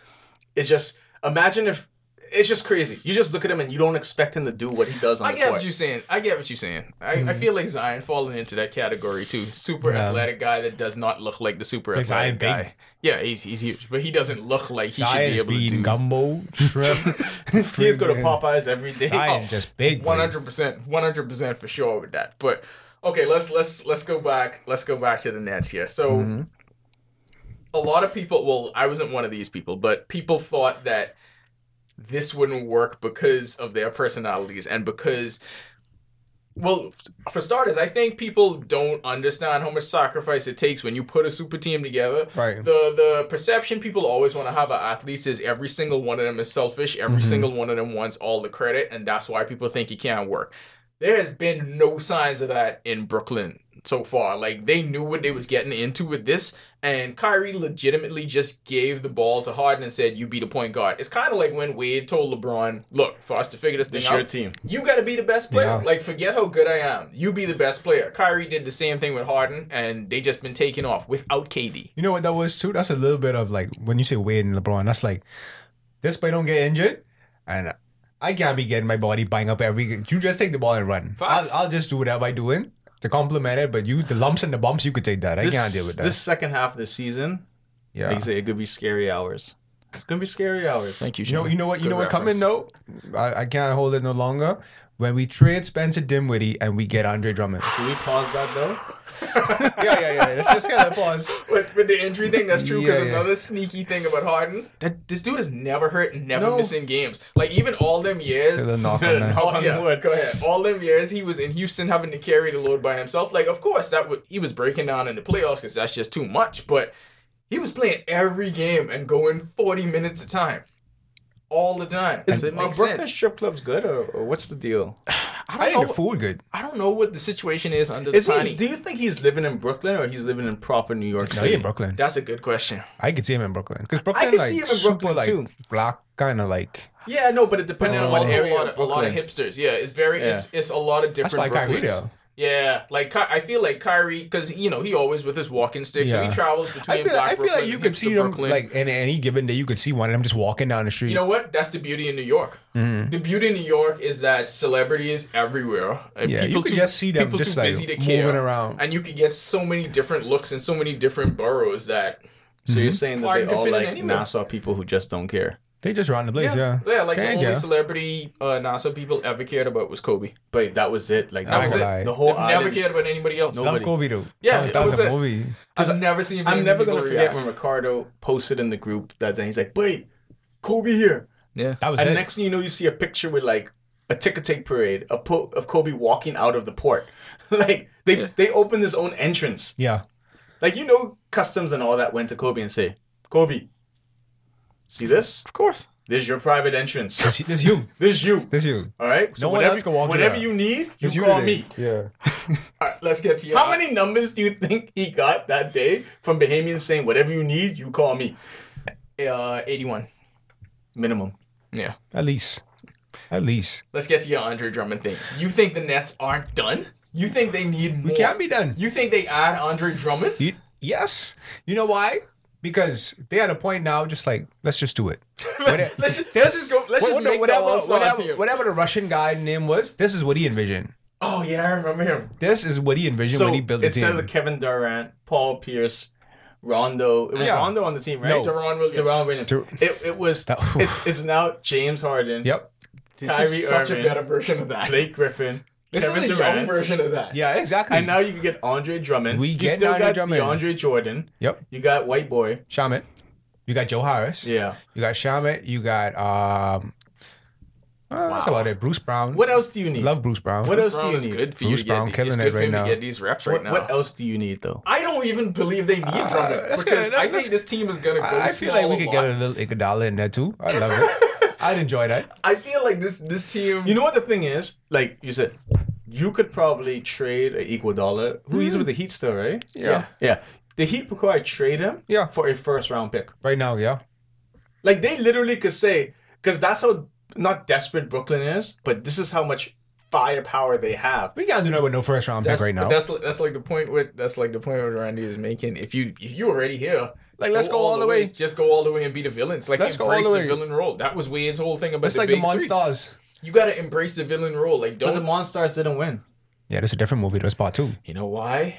[SPEAKER 2] It's just imagine if it's just crazy. You just look at him and you don't expect him to do what he does on
[SPEAKER 1] I
[SPEAKER 2] the
[SPEAKER 1] get
[SPEAKER 2] court.
[SPEAKER 1] what you're saying. I get what you're saying. I, I feel like Zion falling into that category too. Super
[SPEAKER 3] Mm-hmm. Yeah.
[SPEAKER 1] athletic guy that does not look like the super
[SPEAKER 3] Like Zion
[SPEAKER 1] athletic
[SPEAKER 3] big.
[SPEAKER 1] guy. Yeah, he's he's huge, but he doesn't look like he
[SPEAKER 3] Zion's
[SPEAKER 1] should be able to
[SPEAKER 3] being
[SPEAKER 1] do.
[SPEAKER 3] gumbo, shrimp.
[SPEAKER 2] He's go to
[SPEAKER 3] friggin-
[SPEAKER 2] Popeyes every day. Oh,
[SPEAKER 3] Zion just big.
[SPEAKER 1] One
[SPEAKER 3] bro.
[SPEAKER 1] hundred percent, one hundred percent for sure with that. But okay, let's let's let's go back. Let's go back to the Nets here. So
[SPEAKER 3] Mm-hmm.
[SPEAKER 1] a lot of people. Well, I wasn't one of these people, but people thought that this wouldn't work because of their personalities and because. Well, f- for starters, I think people don't understand how much sacrifice it takes when you put a super team together.
[SPEAKER 3] Right.
[SPEAKER 1] The the perception people always want to have of athletes is every single one of them is selfish. Every single one of them wants all the credit, and that's why people think it can't work. There has been no signs of that in Brooklyn so far. Like they knew what they was getting into with this, and Kyrie legitimately just gave the ball to Harden and said, "You be the point guard." It's kind of like when Wade told LeBron, "Look, for us to figure this thing
[SPEAKER 2] It's
[SPEAKER 1] out,
[SPEAKER 2] your team.
[SPEAKER 1] you got to be the best player.
[SPEAKER 3] Yeah.
[SPEAKER 1] Like, forget how good I am. You be the best player. Kyrie did the same thing with Harden, and they just been taking off without KD.
[SPEAKER 3] You know what that was too? That's a little bit of like when you say Wade and LeBron, that's like this boy don't get injured and I can't be getting my body bang up every you just take the ball and run. I'll,
[SPEAKER 1] Facts.
[SPEAKER 3] I'll just do whatever I doing to complement it, but you the lumps and the bumps you could take that. I
[SPEAKER 2] This,
[SPEAKER 3] can't deal with that.
[SPEAKER 2] this second half of the season,
[SPEAKER 3] yeah.
[SPEAKER 2] like you say, it could be scary hours. It's gonna be scary hours.
[SPEAKER 1] Thank you,
[SPEAKER 3] You know,
[SPEAKER 1] Jimmy.
[SPEAKER 3] you know what, you
[SPEAKER 1] Good
[SPEAKER 3] know what coming
[SPEAKER 1] reference.
[SPEAKER 3] though. I, I can't hold it no longer. When we trade Spencer Dinwiddie and we get Andre Drummond.
[SPEAKER 2] Can we pause that though?
[SPEAKER 3] yeah, yeah, yeah. Let's just get a pause.
[SPEAKER 1] With, with the injury thing, that's true. Because
[SPEAKER 3] Yeah, yeah.
[SPEAKER 1] another sneaky thing about Harden, that this dude is never hurt, never
[SPEAKER 2] No.
[SPEAKER 1] missing games. Like even all them years,
[SPEAKER 3] Still a knock on
[SPEAKER 2] Good.
[SPEAKER 3] that.
[SPEAKER 1] all,
[SPEAKER 2] Knock on
[SPEAKER 1] yeah,
[SPEAKER 2] wood.
[SPEAKER 1] go ahead. All them years he was in Houston having to carry the load by himself. Like of course that would he was breaking down in the playoffs because that's just too much. But he was playing every game and going forty minutes a time, all the time.
[SPEAKER 2] Is
[SPEAKER 1] so it
[SPEAKER 2] my
[SPEAKER 1] makes
[SPEAKER 2] Brooklyn
[SPEAKER 1] sense.
[SPEAKER 2] strip clubs good or, or what's the deal?
[SPEAKER 1] I
[SPEAKER 3] I
[SPEAKER 1] don't
[SPEAKER 3] think
[SPEAKER 1] know.
[SPEAKER 3] the food good.
[SPEAKER 1] I don't know what the situation is under
[SPEAKER 2] Is
[SPEAKER 1] the
[SPEAKER 2] he?
[SPEAKER 1] tiny.
[SPEAKER 2] Do you think he's living in Brooklyn or he's living in proper New York
[SPEAKER 3] No,
[SPEAKER 2] City?
[SPEAKER 3] he in Brooklyn.
[SPEAKER 1] that's a good question.
[SPEAKER 3] I could see him in Brooklyn because
[SPEAKER 2] I
[SPEAKER 3] Brooklyn
[SPEAKER 2] could
[SPEAKER 3] like
[SPEAKER 2] see him in
[SPEAKER 3] super
[SPEAKER 2] Brooklyn,
[SPEAKER 3] like
[SPEAKER 2] too.
[SPEAKER 3] black kind of like.
[SPEAKER 2] Yeah, no, but it depends
[SPEAKER 1] There's
[SPEAKER 2] on
[SPEAKER 1] also
[SPEAKER 2] what area.
[SPEAKER 1] a lot of, a lot of
[SPEAKER 2] Brooklyn.
[SPEAKER 1] hipsters. Yeah, it's very it's, it's a lot of
[SPEAKER 3] That's
[SPEAKER 1] different
[SPEAKER 3] why Kyrie
[SPEAKER 1] Brooklyns.
[SPEAKER 3] though.
[SPEAKER 1] Yeah, like Ky- I feel like Kyrie because you know he always with his walking stick, so
[SPEAKER 3] Yeah.
[SPEAKER 1] he travels between
[SPEAKER 3] I feel,
[SPEAKER 1] Black
[SPEAKER 3] I feel
[SPEAKER 1] Brooklyn
[SPEAKER 3] like you
[SPEAKER 1] and
[SPEAKER 3] could
[SPEAKER 1] hipster
[SPEAKER 3] see them
[SPEAKER 1] Brooklyn.
[SPEAKER 3] like in any given day. You could see one of them just walking down the street. Mm-hmm.
[SPEAKER 1] You know what? That's the beauty in New York. The beauty in New York is that celebrity is everywhere. uh, And
[SPEAKER 3] Yeah, you could just see them just, like, moving around.
[SPEAKER 1] and you could get so many different looks in so many different boroughs that
[SPEAKER 2] So you're saying that
[SPEAKER 1] Harden
[SPEAKER 2] they
[SPEAKER 1] could
[SPEAKER 2] all
[SPEAKER 1] Mm-hmm. fit in
[SPEAKER 2] like
[SPEAKER 1] anywhere.
[SPEAKER 2] Nassau people who just don't care.
[SPEAKER 3] they just around the place. Yeah,
[SPEAKER 1] yeah, like the
[SPEAKER 3] They-
[SPEAKER 1] only
[SPEAKER 3] yeah.
[SPEAKER 1] celebrity uh, NASA people ever cared about was Kobe.
[SPEAKER 2] But that was it. Like
[SPEAKER 3] That
[SPEAKER 2] that
[SPEAKER 1] was
[SPEAKER 2] was
[SPEAKER 3] it.
[SPEAKER 2] it. The whole
[SPEAKER 1] They've never
[SPEAKER 2] island-
[SPEAKER 1] cared about anybody else.
[SPEAKER 2] No.
[SPEAKER 3] Love Kobe though.
[SPEAKER 1] Yeah,
[SPEAKER 3] that
[SPEAKER 1] that
[SPEAKER 3] was,
[SPEAKER 1] was
[SPEAKER 3] a
[SPEAKER 1] it.
[SPEAKER 3] movie.
[SPEAKER 1] I've never seen.
[SPEAKER 2] I'm
[SPEAKER 1] many
[SPEAKER 2] never
[SPEAKER 1] people
[SPEAKER 2] gonna
[SPEAKER 1] react.
[SPEAKER 2] forget when Ricardo posted in the group that then he's like, "Wait, Kobe here."
[SPEAKER 1] Yeah.
[SPEAKER 3] That was
[SPEAKER 2] And
[SPEAKER 3] it.
[SPEAKER 2] next thing you know, you see a picture with like a ticker tape parade of, po- of Kobe walking out of the port. like they they opened his own entrance.
[SPEAKER 3] yeah,
[SPEAKER 2] Like you know, customs and all that went to Kobe and say, "Kobe, see this?
[SPEAKER 1] Of course.
[SPEAKER 2] There's your private entrance.
[SPEAKER 3] this, this you,
[SPEAKER 2] This you.
[SPEAKER 3] this you.
[SPEAKER 2] All right. So
[SPEAKER 3] No one
[SPEAKER 2] whatever,
[SPEAKER 3] else can walk through
[SPEAKER 2] whatever
[SPEAKER 3] that.
[SPEAKER 2] you need, you
[SPEAKER 3] This you
[SPEAKER 2] call
[SPEAKER 3] today.
[SPEAKER 2] me."
[SPEAKER 3] Yeah,
[SPEAKER 1] All right, let's get to your.
[SPEAKER 2] How many numbers do you think he got that day from Bahamians saying, "Whatever you need, you call me"?
[SPEAKER 1] Uh, eighty-one.
[SPEAKER 2] Minimum.
[SPEAKER 1] Yeah.
[SPEAKER 3] at least, at least
[SPEAKER 1] Let's get to your Andre Drummond thing. You think the Nets aren't done? You think they need more?
[SPEAKER 3] we can't be done.
[SPEAKER 1] You think they add Andre Drummond?
[SPEAKER 3] You, yes. You know why? Because they at a point now, just like let's just do it. Whate-
[SPEAKER 1] let's just-
[SPEAKER 3] this-
[SPEAKER 1] let's just go- let's just make that one song to
[SPEAKER 3] whatever,
[SPEAKER 1] you.
[SPEAKER 3] whatever the Russian guy name was. This is what he envisioned.
[SPEAKER 1] Oh yeah, I remember him.
[SPEAKER 3] This is what he envisioned
[SPEAKER 2] So
[SPEAKER 3] when he built the
[SPEAKER 2] instead
[SPEAKER 3] team.
[SPEAKER 2] of Kevin Durant, Paul Pierce, Rondo. It was
[SPEAKER 3] Yeah.
[SPEAKER 2] Rondo on the team, right?
[SPEAKER 3] No.
[SPEAKER 1] Deron Williams.
[SPEAKER 2] Oh. Deron Williams.
[SPEAKER 3] Dur-
[SPEAKER 2] it, it was.
[SPEAKER 3] That-
[SPEAKER 2] it's it's now James Harden,
[SPEAKER 3] yep.
[SPEAKER 1] This
[SPEAKER 2] Kyrie
[SPEAKER 1] is such
[SPEAKER 2] Irving.
[SPEAKER 1] a better version of that.
[SPEAKER 2] Blake Griffin,
[SPEAKER 1] This
[SPEAKER 2] Kevin
[SPEAKER 1] is a
[SPEAKER 2] Durant,
[SPEAKER 1] young version of that.
[SPEAKER 3] Yeah, exactly.
[SPEAKER 2] and now you can get Andre Drummond.
[SPEAKER 3] We
[SPEAKER 2] you
[SPEAKER 3] get
[SPEAKER 2] still
[SPEAKER 3] Andre
[SPEAKER 2] got
[SPEAKER 3] Drummond.
[SPEAKER 2] DeAndre Jordan.
[SPEAKER 3] Yep.
[SPEAKER 2] You got White Boy.
[SPEAKER 3] Shamit. You got Joe Harris.
[SPEAKER 2] Yeah.
[SPEAKER 3] You got Shamit. You got um. uh, That's
[SPEAKER 2] Wow.
[SPEAKER 3] about it. Bruce Brown.
[SPEAKER 2] What else do you need?
[SPEAKER 3] Love Bruce Brown.
[SPEAKER 2] What
[SPEAKER 1] Bruce
[SPEAKER 2] else do
[SPEAKER 1] Brown
[SPEAKER 2] you
[SPEAKER 1] is
[SPEAKER 2] need?
[SPEAKER 1] good for you
[SPEAKER 3] Bruce
[SPEAKER 1] to get
[SPEAKER 3] Brown
[SPEAKER 1] the-
[SPEAKER 3] killing
[SPEAKER 1] it's
[SPEAKER 3] it
[SPEAKER 1] good for
[SPEAKER 3] right
[SPEAKER 1] him
[SPEAKER 3] now.
[SPEAKER 1] to get these reps right
[SPEAKER 2] what,
[SPEAKER 1] now.
[SPEAKER 2] what else do you need though?
[SPEAKER 1] I don't even believe they need Drummond
[SPEAKER 3] that's
[SPEAKER 1] because
[SPEAKER 3] good.
[SPEAKER 1] I
[SPEAKER 3] That's-
[SPEAKER 1] think this team is gonna go.
[SPEAKER 3] I I feel like we could get
[SPEAKER 1] it.
[SPEAKER 3] a little Iguodala in there too. I love it. I'd enjoy that.
[SPEAKER 1] I feel like this this team.
[SPEAKER 2] You know what the thing is? Like you said, you could probably trade an equal dollar. Who he's with the Heat still, right?
[SPEAKER 3] Hmm. Yeah.
[SPEAKER 2] Yeah. The Heat could probably trade him
[SPEAKER 3] Yeah.
[SPEAKER 2] for a first round pick.
[SPEAKER 3] Right now, yeah.
[SPEAKER 2] Like they literally could say, because that's how not desperate Brooklyn is, but this is how much firepower they have.
[SPEAKER 3] We can't do that with no first round pick
[SPEAKER 1] That's,
[SPEAKER 3] right
[SPEAKER 1] but
[SPEAKER 3] now.
[SPEAKER 1] that's that's like the point with that's like the point what Randy is making. If you if you already here,
[SPEAKER 3] Like, let's go all the way.
[SPEAKER 1] Just go all the way and be the villains. Like
[SPEAKER 3] Let's go all
[SPEAKER 1] embrace
[SPEAKER 3] the
[SPEAKER 1] the,
[SPEAKER 3] way.
[SPEAKER 1] villain role. That was Wade's whole thing about
[SPEAKER 3] It's
[SPEAKER 1] the
[SPEAKER 3] like the
[SPEAKER 1] big three.
[SPEAKER 3] Monstars.
[SPEAKER 1] You gotta embrace the villain role. Like
[SPEAKER 2] But the
[SPEAKER 1] don't.
[SPEAKER 2] Monstars didn't win.
[SPEAKER 3] Yeah, that's a different movie. That's part two.
[SPEAKER 1] you know why?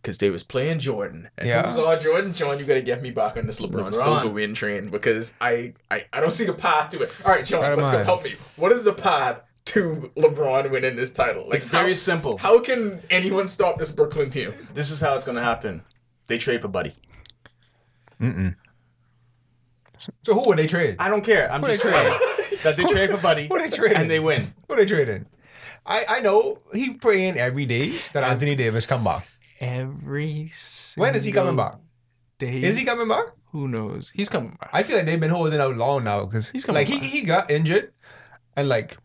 [SPEAKER 1] Because they was playing Jordan. And
[SPEAKER 3] Yeah.
[SPEAKER 1] yeah. was all Jordan? John, you gotta get me back on this LeBron,
[SPEAKER 2] LeBron.
[SPEAKER 1] Silver win train because I, I I don't see the path to it. All right, John,
[SPEAKER 3] Right of
[SPEAKER 1] let's go
[SPEAKER 3] mine.
[SPEAKER 1] help me. What is the path to LeBron winning this title? Like
[SPEAKER 2] It's very
[SPEAKER 1] how,
[SPEAKER 2] simple.
[SPEAKER 1] how can anyone stop this Brooklyn team?
[SPEAKER 2] this is how it's gonna happen. They trade for Buddy.
[SPEAKER 3] So who would they trade?
[SPEAKER 2] I don't care. I'm
[SPEAKER 3] Who they
[SPEAKER 2] just saying that they trade for Buddy
[SPEAKER 3] Who they trading?
[SPEAKER 2] and they win.
[SPEAKER 3] Who they trading? I, I know he praying every day that Anthony Davis come back.
[SPEAKER 1] Every single
[SPEAKER 3] When is he coming back?
[SPEAKER 1] Day,
[SPEAKER 3] Is he coming back?
[SPEAKER 1] Who knows? He's coming back.
[SPEAKER 3] I feel like they've been holding out long now because
[SPEAKER 1] He's coming
[SPEAKER 3] like he,
[SPEAKER 1] back.
[SPEAKER 3] he got injured and like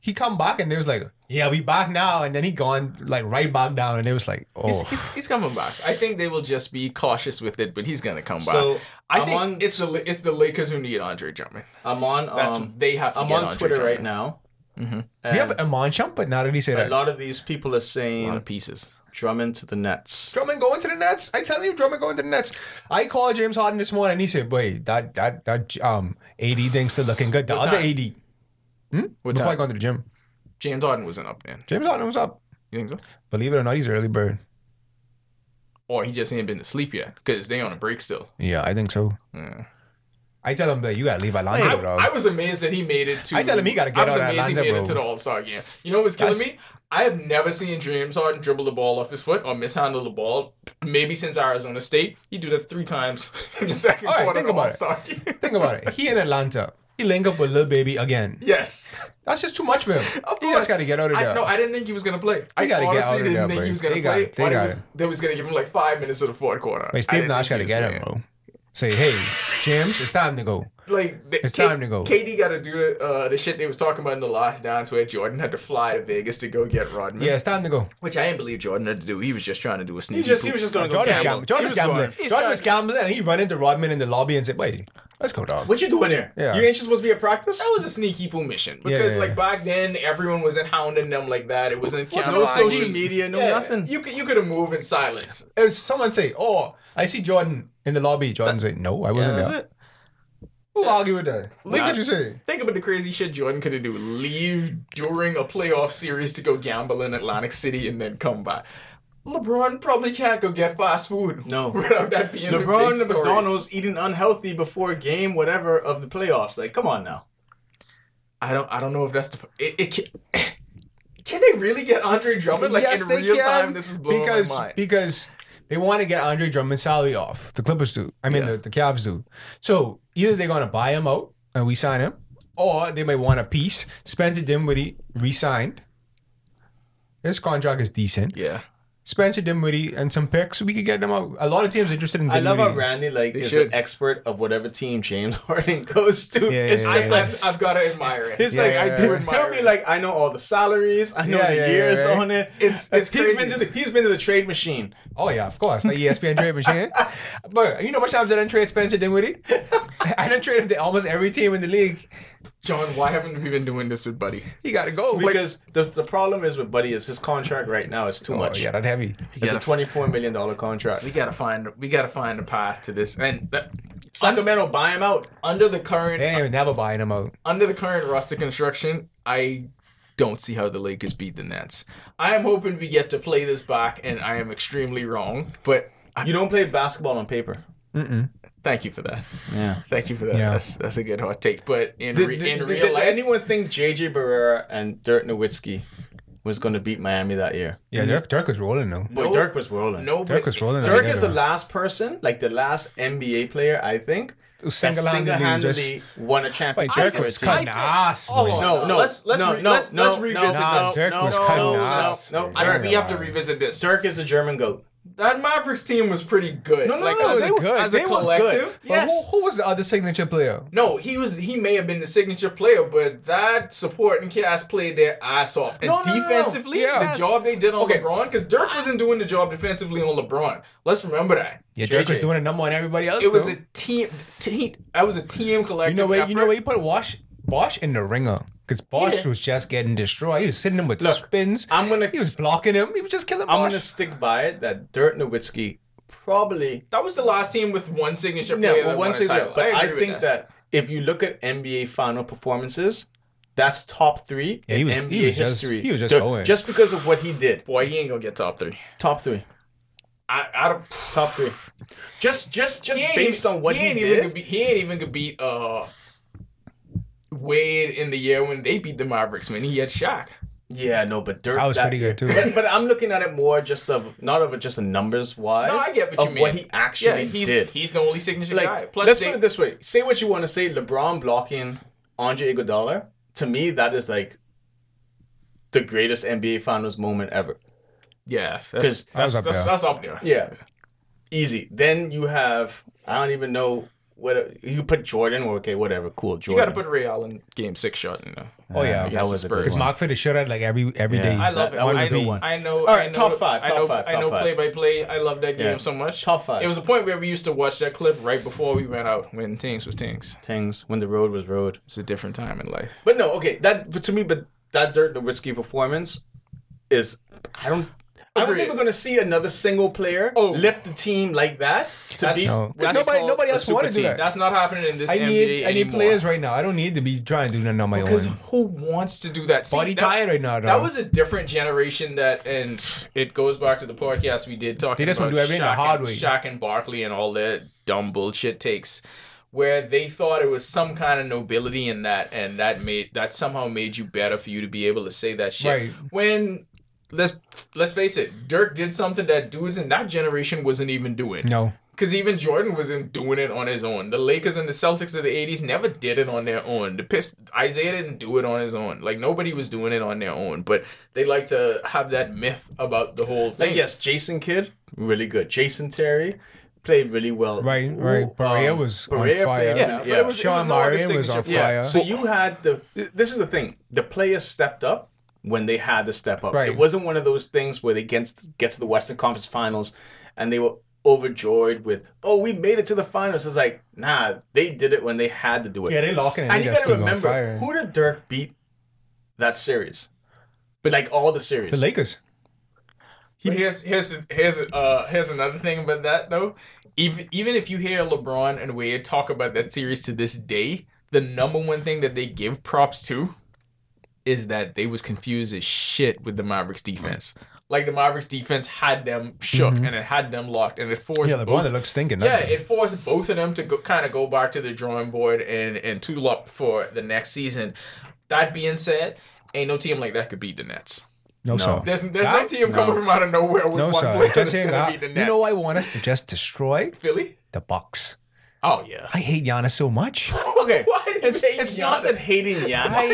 [SPEAKER 3] he come back and they was like yeah we back now and then he gone like right back down and it was like oh
[SPEAKER 1] He's, he's, he's coming back. I think they will just be cautious with it, but he's gonna come back.
[SPEAKER 2] So
[SPEAKER 1] I
[SPEAKER 2] I'm
[SPEAKER 1] think
[SPEAKER 2] on-
[SPEAKER 1] it's the it's the Lakers who need Andre Drummond.
[SPEAKER 2] I'm on
[SPEAKER 1] That's
[SPEAKER 2] um
[SPEAKER 1] they have to
[SPEAKER 2] I'm
[SPEAKER 1] get
[SPEAKER 2] on
[SPEAKER 1] Andre
[SPEAKER 2] Twitter
[SPEAKER 1] Drummond.
[SPEAKER 2] right now.
[SPEAKER 1] Mhm.
[SPEAKER 2] And
[SPEAKER 3] yeah but Amon Shumpert now that he said
[SPEAKER 2] a
[SPEAKER 3] that
[SPEAKER 2] lot of these people are
[SPEAKER 1] A lot
[SPEAKER 2] saying
[SPEAKER 1] of pieces.
[SPEAKER 2] Drummond to the Nets.
[SPEAKER 3] Drummond going to the Nets I telling you Drummond going to the Nets I called James Harden this morning and he said wait that that that um AD thing still looking good the
[SPEAKER 1] What
[SPEAKER 3] other
[SPEAKER 1] time?
[SPEAKER 3] AD
[SPEAKER 1] What
[SPEAKER 3] before I
[SPEAKER 1] time?
[SPEAKER 3] go into the gym
[SPEAKER 1] James Harden wasn't up then.
[SPEAKER 3] James Harden was up
[SPEAKER 1] You think so?
[SPEAKER 3] believe it or not he's an early bird
[SPEAKER 1] Or he just ain't been to sleep yet because they on a break still.
[SPEAKER 3] yeah I think so
[SPEAKER 1] Yeah.
[SPEAKER 3] I tell him that you gotta leave Atlanta,
[SPEAKER 1] I,
[SPEAKER 3] bro.
[SPEAKER 1] I was amazed that he made it to.
[SPEAKER 3] I tell him he gotta get
[SPEAKER 1] I was
[SPEAKER 3] out of
[SPEAKER 1] amazed
[SPEAKER 3] Atlanta,
[SPEAKER 1] he made
[SPEAKER 3] bro.
[SPEAKER 1] it to the All Star game. You know what's killing
[SPEAKER 3] That's-
[SPEAKER 1] me? I have never seen James Harden dribble the ball off his foot or mishandle the ball. Maybe since Arizona State, he did that three times in the second
[SPEAKER 3] All right,
[SPEAKER 1] quarter
[SPEAKER 3] think
[SPEAKER 1] of the
[SPEAKER 3] about it.
[SPEAKER 1] All Star game.
[SPEAKER 3] Think about it. He in Atlanta. He link up with Lil Baby again.
[SPEAKER 1] yes,
[SPEAKER 3] That's just too much for him.
[SPEAKER 1] of course.
[SPEAKER 3] He just gotta get out of there.
[SPEAKER 1] I, no, I didn't think he was gonna play. I
[SPEAKER 3] gotta get
[SPEAKER 1] honestly
[SPEAKER 3] out of
[SPEAKER 1] didn't
[SPEAKER 3] there,
[SPEAKER 1] think
[SPEAKER 3] bro.
[SPEAKER 1] he was gonna
[SPEAKER 3] They got
[SPEAKER 1] play.
[SPEAKER 3] it. They
[SPEAKER 1] Thought he
[SPEAKER 3] got
[SPEAKER 1] was-
[SPEAKER 3] it.
[SPEAKER 1] They was gonna give him like five minutes of the fourth quarter.
[SPEAKER 3] But
[SPEAKER 1] I
[SPEAKER 3] Steve
[SPEAKER 1] didn't
[SPEAKER 3] Nash
[SPEAKER 1] think
[SPEAKER 3] gotta
[SPEAKER 1] he
[SPEAKER 3] get
[SPEAKER 1] was
[SPEAKER 3] him, bro. Say, hey, James, it's time to go.
[SPEAKER 1] Like the,
[SPEAKER 3] It's
[SPEAKER 1] K-
[SPEAKER 3] time to go.
[SPEAKER 1] KD got to do uh, the shit they was talking about in the last dance where Jordan had to fly to Vegas to go get Rodman.
[SPEAKER 3] Yeah, it's time to go.
[SPEAKER 1] Which I didn't believe Jordan had to do. He was just trying to do a sneaky.
[SPEAKER 2] He just he
[SPEAKER 1] poop.
[SPEAKER 2] was just gonna go
[SPEAKER 3] Jordan's
[SPEAKER 2] gamble.
[SPEAKER 3] gambling. Jordan's
[SPEAKER 2] He was
[SPEAKER 3] gambling.
[SPEAKER 2] going,
[SPEAKER 1] He's
[SPEAKER 3] Jordan's gambling, and he run into Rodman in the lobby and said, "Wait, let's go, dog."
[SPEAKER 2] What you doing here?
[SPEAKER 3] Yeah.
[SPEAKER 2] You ain't supposed to be at practice?
[SPEAKER 1] That was a sneaky poo mission
[SPEAKER 3] Yeah,
[SPEAKER 1] because
[SPEAKER 3] yeah,
[SPEAKER 1] like
[SPEAKER 3] yeah.
[SPEAKER 1] back then everyone wasn't hounding them like that. It wasn't
[SPEAKER 2] What's no
[SPEAKER 1] capitalized.
[SPEAKER 2] social media, no
[SPEAKER 1] Yeah,
[SPEAKER 2] nothing.
[SPEAKER 1] You could you could have moved in silence.
[SPEAKER 3] If someone say, "Oh, I see Jordan in the lobby," Jordan say, "No, I wasn't
[SPEAKER 1] That's
[SPEAKER 3] there."
[SPEAKER 1] it.
[SPEAKER 3] Who argue with that? Look
[SPEAKER 1] Nah.
[SPEAKER 3] what you say.
[SPEAKER 1] Think about the crazy shit Jordan could have do. Leave during a playoff series to go gamble in Atlantic City and then come back. LeBron probably can't go get fast food.
[SPEAKER 2] No.
[SPEAKER 1] without that being a big
[SPEAKER 2] LeBron and
[SPEAKER 1] story.
[SPEAKER 2] McDonald's eating unhealthy before a game, whatever, of the playoffs. Like, come on now.
[SPEAKER 1] I don't. I don't know if that's the. It, it can, can they really get Andre Drummond? Like in real time, this is blowing
[SPEAKER 3] because
[SPEAKER 1] my mind.
[SPEAKER 3] because they want to get Andre Drummond's salary off. The Clippers do. I mean,
[SPEAKER 1] Yeah.
[SPEAKER 3] the, the Cavs do. So either they're gonna buy him out and we sign him, or they might want a piece. Spencer Dinwiddie re-signed. His contract is decent.
[SPEAKER 1] yeah.
[SPEAKER 3] Spencer Dinwiddie and some picks, we could get them out. A lot of teams are interested in
[SPEAKER 2] I
[SPEAKER 3] Dinwiddie.
[SPEAKER 2] love how Randy like
[SPEAKER 1] They
[SPEAKER 2] is
[SPEAKER 1] should.
[SPEAKER 2] an expert of whatever team James Harden goes to.
[SPEAKER 3] Yeah,
[SPEAKER 2] it's
[SPEAKER 3] yeah,
[SPEAKER 2] just
[SPEAKER 3] yeah.
[SPEAKER 2] like
[SPEAKER 1] I've, I've got to admire it.
[SPEAKER 2] it's
[SPEAKER 3] Yeah,
[SPEAKER 2] like
[SPEAKER 3] yeah,
[SPEAKER 2] I
[SPEAKER 3] yeah.
[SPEAKER 2] do
[SPEAKER 1] Admire
[SPEAKER 2] admire. He'll
[SPEAKER 1] it.
[SPEAKER 2] be like, I know all the salaries, I know
[SPEAKER 3] Yeah,
[SPEAKER 2] the
[SPEAKER 3] yeah, yeah,
[SPEAKER 2] years
[SPEAKER 3] right.
[SPEAKER 2] on it.
[SPEAKER 1] It's- it's
[SPEAKER 2] he's
[SPEAKER 1] crazy.
[SPEAKER 2] been to the he's been to the trade machine.
[SPEAKER 3] Oh yeah, of course. Like ESPN trade machine. But you know how much times I done trade Spencer Dinwiddie? I done trade him to almost every team in the league.
[SPEAKER 1] John, why haven't we been doing this with Buddy?
[SPEAKER 3] He gotta go. like,
[SPEAKER 2] Because the, the problem is with Buddy is his contract right now is too
[SPEAKER 3] oh,
[SPEAKER 2] much.
[SPEAKER 3] yeah, that heavy.
[SPEAKER 2] It's
[SPEAKER 1] gotta-
[SPEAKER 2] a twenty four million dollar contract.
[SPEAKER 1] We gotta find. We gotta find a path to this. And that,
[SPEAKER 2] Sacramento buy him out.
[SPEAKER 1] under the current,
[SPEAKER 3] They ain't even never buying him out.
[SPEAKER 1] under the current roster construction, I don't see how the Lakers beat the Nets. I am hoping we get to play this back, and I am extremely wrong. But I,
[SPEAKER 2] You don't play basketball on paper.
[SPEAKER 1] thank you for that.
[SPEAKER 2] Yeah.
[SPEAKER 1] Thank you for that.
[SPEAKER 3] Yeah.
[SPEAKER 1] That's that's a good hot take. But in
[SPEAKER 2] Did,
[SPEAKER 1] re,
[SPEAKER 2] did-
[SPEAKER 1] in
[SPEAKER 2] did-
[SPEAKER 1] real
[SPEAKER 2] did
[SPEAKER 1] life,
[SPEAKER 2] anyone think JJ Barrera and Dirk Nowitzki was going to beat Miami that year?
[SPEAKER 3] Yeah, Dirk, Dirk is rolling now.
[SPEAKER 2] Boy,
[SPEAKER 1] No.
[SPEAKER 2] Dirk was rolling.
[SPEAKER 1] no,
[SPEAKER 3] Dirk
[SPEAKER 1] but
[SPEAKER 3] is rolling.
[SPEAKER 2] Dirk is the last person, like the last NBA player, I think, that
[SPEAKER 3] single
[SPEAKER 2] single-handedly
[SPEAKER 3] handedly just.
[SPEAKER 2] won a championship.
[SPEAKER 3] Wait,
[SPEAKER 2] I
[SPEAKER 3] Dirk
[SPEAKER 2] think-
[SPEAKER 3] was
[SPEAKER 1] I
[SPEAKER 3] cutting
[SPEAKER 1] think-
[SPEAKER 3] ass.
[SPEAKER 1] Hold
[SPEAKER 3] boy.
[SPEAKER 1] on.
[SPEAKER 2] No,
[SPEAKER 1] No,
[SPEAKER 2] no,
[SPEAKER 1] Oh, let's- let's
[SPEAKER 2] no,
[SPEAKER 1] re-
[SPEAKER 2] no,
[SPEAKER 1] let's-
[SPEAKER 2] no,
[SPEAKER 1] let's
[SPEAKER 2] no,
[SPEAKER 1] revisit
[SPEAKER 2] no,
[SPEAKER 1] this.
[SPEAKER 3] Dirk
[SPEAKER 2] no,
[SPEAKER 3] was
[SPEAKER 2] no,
[SPEAKER 3] cutting
[SPEAKER 2] no,
[SPEAKER 3] ass.
[SPEAKER 2] No, no,
[SPEAKER 1] I
[SPEAKER 2] Dirk,
[SPEAKER 1] we have to revisit this.
[SPEAKER 2] Dirk is a German goat.
[SPEAKER 1] That Mavericks team was pretty good.
[SPEAKER 2] No, no,
[SPEAKER 1] like,
[SPEAKER 2] no,
[SPEAKER 1] as,
[SPEAKER 3] they
[SPEAKER 1] a,
[SPEAKER 3] were good.
[SPEAKER 1] as a
[SPEAKER 2] They were good.
[SPEAKER 1] collective.
[SPEAKER 3] But
[SPEAKER 2] Yes.
[SPEAKER 3] who, who was the other signature player?
[SPEAKER 1] No, he was he may have been the signature player, but that supporting cast played their ass off. And
[SPEAKER 3] No, no, no, no.
[SPEAKER 1] defensively,
[SPEAKER 3] Yeah.
[SPEAKER 1] the job they did on
[SPEAKER 2] Okay.
[SPEAKER 1] LeBron, because Dirk wasn't doing the job defensively on LeBron. Let's remember that.
[SPEAKER 3] Yeah, Dirk
[SPEAKER 2] JJ.
[SPEAKER 3] was doing a number on everybody else.
[SPEAKER 1] It was
[SPEAKER 3] though.
[SPEAKER 1] a team team I was a team collective.
[SPEAKER 3] You know where
[SPEAKER 1] effort.
[SPEAKER 3] you know where you put Wash Bosch in the ringer because Bosch
[SPEAKER 1] Yeah.
[SPEAKER 3] was just getting destroyed. He was hitting him with spins.
[SPEAKER 2] I'm gonna-
[SPEAKER 3] He was blocking him. He was just killing
[SPEAKER 2] I'm
[SPEAKER 3] Bosch.
[SPEAKER 2] going to stick by it that Dirk Nowitzki probably
[SPEAKER 1] That was the last team with one signature
[SPEAKER 2] No,
[SPEAKER 1] player.
[SPEAKER 2] well,
[SPEAKER 1] that
[SPEAKER 2] one
[SPEAKER 1] won a
[SPEAKER 2] thing,
[SPEAKER 1] title.
[SPEAKER 2] but I,
[SPEAKER 1] agree with
[SPEAKER 2] think that. if you look at NBA final performances, that's top three
[SPEAKER 3] he
[SPEAKER 2] in
[SPEAKER 3] was- he
[SPEAKER 2] NBA
[SPEAKER 3] was just-
[SPEAKER 2] history.
[SPEAKER 3] he was just
[SPEAKER 2] Ju-
[SPEAKER 3] going.
[SPEAKER 2] just because of what he did.
[SPEAKER 1] boy, he ain't gonna get top three.
[SPEAKER 2] Top three,
[SPEAKER 1] I, I don't.
[SPEAKER 2] top three. Just, just, just
[SPEAKER 1] He ain't
[SPEAKER 2] based
[SPEAKER 1] even-
[SPEAKER 2] on what he,
[SPEAKER 1] ain't Even
[SPEAKER 2] did.
[SPEAKER 1] gonna be, he ain't even gonna beat uh, Wade in the year when they beat the Mavericks. When he had Shaq.
[SPEAKER 2] yeah, no, but Dirk.
[SPEAKER 3] That was pretty good too.
[SPEAKER 2] But, but I'm looking at it more just of not of a- just a numbers wise.
[SPEAKER 1] No, I get what
[SPEAKER 2] of
[SPEAKER 1] you mean.
[SPEAKER 2] What he actually
[SPEAKER 1] yeah, he's
[SPEAKER 2] did.
[SPEAKER 1] he's the only signature guy.
[SPEAKER 2] like,
[SPEAKER 1] Plus,
[SPEAKER 2] let's
[SPEAKER 1] they,
[SPEAKER 2] put it this way: say what you want to say. LeBron blocking Andre Iguodala to me that is like the greatest NBA finals moment ever.
[SPEAKER 1] yeah, that's,
[SPEAKER 2] 'Cause
[SPEAKER 1] that's,
[SPEAKER 3] that was
[SPEAKER 1] that's,
[SPEAKER 3] up
[SPEAKER 1] that's,
[SPEAKER 3] there.
[SPEAKER 1] up there.
[SPEAKER 2] Yeah. Easy. Then you have I don't even know what you put Jordan or okay, whatever, cool,
[SPEAKER 1] You got
[SPEAKER 2] Jordan.
[SPEAKER 1] to put Ray Allen game six shot in there.
[SPEAKER 3] oh yeah,
[SPEAKER 2] that
[SPEAKER 1] against the
[SPEAKER 2] was a
[SPEAKER 1] Spurs.
[SPEAKER 2] good
[SPEAKER 3] because
[SPEAKER 2] one.
[SPEAKER 3] Mark Fitted showed out like every every
[SPEAKER 2] Yeah.
[SPEAKER 3] day.
[SPEAKER 1] I love
[SPEAKER 2] That-
[SPEAKER 1] it.
[SPEAKER 2] that was
[SPEAKER 1] I,
[SPEAKER 3] a good one.
[SPEAKER 1] I know.
[SPEAKER 2] All right,
[SPEAKER 1] I know,
[SPEAKER 2] top five,
[SPEAKER 1] I
[SPEAKER 2] top
[SPEAKER 1] know,
[SPEAKER 2] five,
[SPEAKER 1] I
[SPEAKER 2] top
[SPEAKER 1] know
[SPEAKER 2] five.
[SPEAKER 1] play by play. I love that game so much.
[SPEAKER 2] Top five.
[SPEAKER 1] It was a point where we used to watch that clip right before we went out when Tings was Tings.
[SPEAKER 2] Things when the road was road.
[SPEAKER 1] It's a different time in life.
[SPEAKER 2] But no, okay, that but to me, but that Dirk Nowitzki performance is I don't. I don't think
[SPEAKER 1] Agreed.
[SPEAKER 2] we're gonna see another single player
[SPEAKER 1] Oh.
[SPEAKER 2] lift the team like that to
[SPEAKER 1] That's-
[SPEAKER 2] be.
[SPEAKER 1] No.
[SPEAKER 3] 'Cause nobody
[SPEAKER 1] called
[SPEAKER 3] nobody
[SPEAKER 2] a
[SPEAKER 3] else
[SPEAKER 2] super
[SPEAKER 3] wanted to do
[SPEAKER 2] team.
[SPEAKER 3] that.
[SPEAKER 1] That's not happening in this
[SPEAKER 3] I need
[SPEAKER 1] NBA
[SPEAKER 3] I need
[SPEAKER 1] anymore.
[SPEAKER 3] players right now. I don't need to be trying to do nothing on my
[SPEAKER 1] Because
[SPEAKER 3] own.
[SPEAKER 1] who wants to do that? See,
[SPEAKER 3] Body
[SPEAKER 1] that-
[SPEAKER 3] tired right now,
[SPEAKER 1] That
[SPEAKER 3] dog.
[SPEAKER 1] was a different generation that, and it goes back to the podcast we did talking
[SPEAKER 3] They just
[SPEAKER 1] about
[SPEAKER 3] wanna do everything the
[SPEAKER 1] Shaq
[SPEAKER 3] hard
[SPEAKER 1] and,
[SPEAKER 3] way.
[SPEAKER 1] Shaq and Barkley and all that dumb bullshit takes. where they thought it was some kind of nobility in that, and that made that somehow made you better for you to be able to say that shit.
[SPEAKER 3] Right.
[SPEAKER 1] When let's let's face it, Dirk did something that dudes in that generation wasn't even doing.
[SPEAKER 3] No.
[SPEAKER 1] Because even Jordan wasn't doing it on his own. The Lakers and the Celtics of the 80s never did it on their own. The Pist- Isaiah didn't do it on his own. Like, nobody was doing it on their own. But they like to have that myth about the whole thing.
[SPEAKER 2] Like, yes, Jason Kidd, really good. Jason Terry played really well. um,
[SPEAKER 3] Right, right. Barea was on
[SPEAKER 2] Barea
[SPEAKER 3] fire.
[SPEAKER 2] played-
[SPEAKER 1] Yeah,
[SPEAKER 2] yeah.
[SPEAKER 1] But um, it was,
[SPEAKER 3] Sean
[SPEAKER 1] it was no other
[SPEAKER 3] Marion was
[SPEAKER 1] signature
[SPEAKER 3] on
[SPEAKER 1] player.
[SPEAKER 3] fire.
[SPEAKER 2] So you had the. This is the thing. The players stepped up when they had to step up.
[SPEAKER 3] Right.
[SPEAKER 2] It wasn't one of those things where they get get to the Western Conference Finals and they were overjoyed with, "Oh, we made it to the finals." It's like, nah, they did it when they had to do it.
[SPEAKER 3] Yeah, they locking in.
[SPEAKER 2] and
[SPEAKER 3] They
[SPEAKER 2] you
[SPEAKER 3] got
[SPEAKER 2] gotta
[SPEAKER 3] Steve on
[SPEAKER 2] remember
[SPEAKER 3] fire.
[SPEAKER 2] who did Dirk beat that series. But like all the series,
[SPEAKER 3] The Lakers.
[SPEAKER 1] But here's here's here's uh here's another thing about that though. Even even if you hear LeBron and Wade talk about that series to this day, the number one thing that they give props to is that they was confused as shit with the Mavericks defense. Like the Mavericks defense had them shook and it had them locked and it forced
[SPEAKER 3] Mm-hmm. Yeah, LeBron
[SPEAKER 1] both
[SPEAKER 3] that looks stinking.
[SPEAKER 1] yeah,
[SPEAKER 3] doesn't he?
[SPEAKER 1] it forced both of them to go, kind of go back to the drawing board and and tool up for the next season. That being said, ain't no team like that could beat the Nets.
[SPEAKER 3] no, sir.
[SPEAKER 1] There's there's no
[SPEAKER 3] That-
[SPEAKER 1] team coming from out of nowhere with
[SPEAKER 3] No,
[SPEAKER 1] one
[SPEAKER 3] sir.
[SPEAKER 1] player
[SPEAKER 3] Just
[SPEAKER 1] that's
[SPEAKER 3] saying,
[SPEAKER 1] gonna
[SPEAKER 3] I-
[SPEAKER 1] beat the Nets.
[SPEAKER 3] you know, I want us to just destroy
[SPEAKER 1] Philly?
[SPEAKER 3] the Bucks.
[SPEAKER 1] Oh yeah.
[SPEAKER 3] I hate Giannis so much.
[SPEAKER 2] Okay,
[SPEAKER 1] Why did
[SPEAKER 2] it's,
[SPEAKER 1] you hate
[SPEAKER 2] it's not that
[SPEAKER 1] Giannis?
[SPEAKER 2] hating Giannis.
[SPEAKER 3] I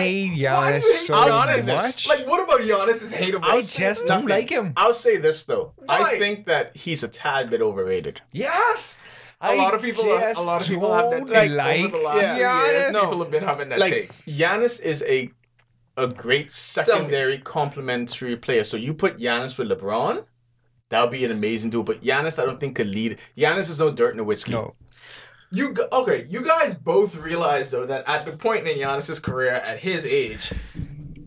[SPEAKER 3] hate Giannis so much.
[SPEAKER 1] Like what about Giannis is hateable?
[SPEAKER 3] I just don't
[SPEAKER 2] Nothing.
[SPEAKER 3] like him.
[SPEAKER 2] I'll say this though.
[SPEAKER 1] Why?
[SPEAKER 2] I think that he's a tad bit overrated.
[SPEAKER 1] Yes. A
[SPEAKER 3] I
[SPEAKER 1] lot of people a
[SPEAKER 3] just
[SPEAKER 1] lot of people have that
[SPEAKER 3] don't
[SPEAKER 1] take over
[SPEAKER 3] like
[SPEAKER 1] the last few
[SPEAKER 3] Giannis.
[SPEAKER 1] years.
[SPEAKER 3] No.
[SPEAKER 1] People have been having that
[SPEAKER 2] like
[SPEAKER 1] take.
[SPEAKER 2] Giannis is a a great secondary complementary player. So you put Giannis with LeBron, that would be an amazing duo. But Giannis, I don't think could lead. Giannis is no Dirk Nowitzki.
[SPEAKER 3] No.
[SPEAKER 1] You g- okay? You guys both realize though that at the point in Giannis's career, at his age,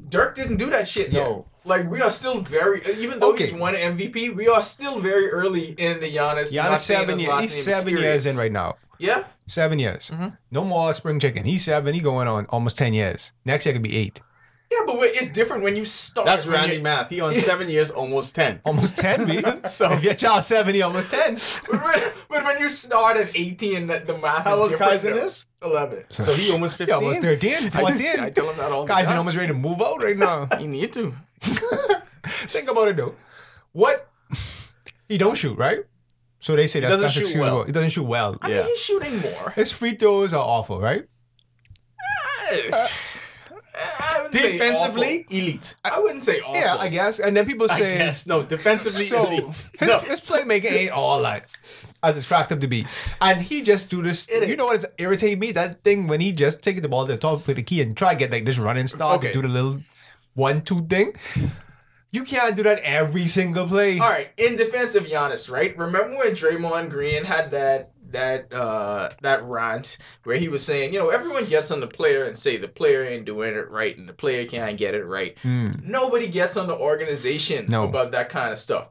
[SPEAKER 1] Dirk didn't do that shit
[SPEAKER 3] No.
[SPEAKER 1] yet. Like we are still very, even though
[SPEAKER 3] Okay.
[SPEAKER 1] he's won MVP, we are still very early in the Giannis. not
[SPEAKER 3] Giannis
[SPEAKER 1] saying
[SPEAKER 3] seven
[SPEAKER 1] his
[SPEAKER 3] years.
[SPEAKER 1] last
[SPEAKER 3] He's
[SPEAKER 1] name Mm-hmm.
[SPEAKER 3] seven
[SPEAKER 1] experience.
[SPEAKER 3] years in right now.
[SPEAKER 1] Yeah,
[SPEAKER 3] Seven years. No more spring chicken. He's seven. He going on almost ten years. Next year could be eight.
[SPEAKER 1] yeah, but wait, it's different when you start.
[SPEAKER 2] That's
[SPEAKER 1] when
[SPEAKER 2] Randy
[SPEAKER 1] you-
[SPEAKER 2] math. He on seven years, almost ten.
[SPEAKER 3] Almost ten, me.
[SPEAKER 2] So-
[SPEAKER 3] if your child seven, he almost ten.
[SPEAKER 1] but, when, but when you start at eighteen, that the math
[SPEAKER 2] How
[SPEAKER 1] is
[SPEAKER 2] old
[SPEAKER 1] different.
[SPEAKER 2] Kaizen
[SPEAKER 1] though.
[SPEAKER 2] is?
[SPEAKER 1] Eleven.
[SPEAKER 2] So he almost
[SPEAKER 3] He
[SPEAKER 2] fifteen.
[SPEAKER 3] almost 13, 14.
[SPEAKER 1] I tell him that all the
[SPEAKER 3] Guys,
[SPEAKER 1] time.
[SPEAKER 3] he almost ready to move out right now.
[SPEAKER 1] you need to.
[SPEAKER 3] Think about it though. What? He don't shoot, right? So they say that's
[SPEAKER 2] doesn't
[SPEAKER 3] that's
[SPEAKER 2] shoot
[SPEAKER 3] excusable.
[SPEAKER 2] well.
[SPEAKER 3] He doesn't shoot well.
[SPEAKER 1] I
[SPEAKER 2] Yeah.
[SPEAKER 1] mean, he's shooting more.
[SPEAKER 3] His free throws are awful, right?
[SPEAKER 1] I wouldn't say
[SPEAKER 2] defensively elite.
[SPEAKER 1] awful. I wouldn't say awful.
[SPEAKER 3] Yeah, I guess. And then people say
[SPEAKER 2] Yes, no, defensively
[SPEAKER 3] so
[SPEAKER 2] elite.
[SPEAKER 3] his,
[SPEAKER 2] No.
[SPEAKER 3] his playmaking ain't all that as it's cracked up to be. And he just do this.
[SPEAKER 1] It
[SPEAKER 3] you
[SPEAKER 1] is.
[SPEAKER 3] know what's irritating me? That thing when he just take the ball to the top of the key and try to get like this running start
[SPEAKER 1] Okay.
[SPEAKER 3] and do the little one two thing. You can't do that every single play.
[SPEAKER 1] All right, in defense of Giannis, right? Remember when Draymond Green had that that uh that rant where he was saying, you know, everyone gets on the player and say the player ain't doing it right and the player can't get it right. Nobody gets on the organization
[SPEAKER 3] No.
[SPEAKER 1] about that kind of stuff.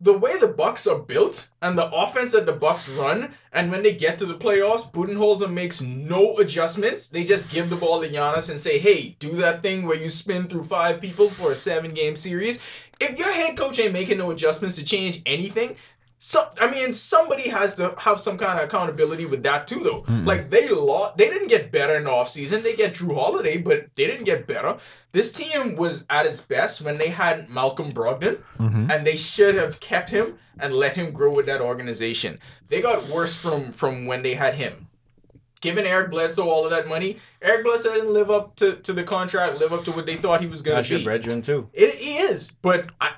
[SPEAKER 1] The way the Bucks are built and the offense that the Bucks run, and when they get to the playoffs, Budenholzer makes no adjustments. They just give the ball to Giannis and say, "Hey, do that thing where you spin through five people for a seven-game series." If your head coach ain't making no adjustments to change anything, so I mean, somebody has to have some kind of accountability with that too, though. Like they lost, they didn't get better in the offseason. They get Drew Holiday, but they didn't get better. This team was at its best when they had Malcolm Brogdon, and they should have kept him and let him grow with that organization. They got worse from from when they had him. Giving Eric Bledsoe all of that money, Eric Bledsoe didn't live up to, to the contract, live up to what they thought he was going
[SPEAKER 2] That's
[SPEAKER 1] to
[SPEAKER 2] your
[SPEAKER 1] be.
[SPEAKER 2] brethren too.
[SPEAKER 1] It is, but I,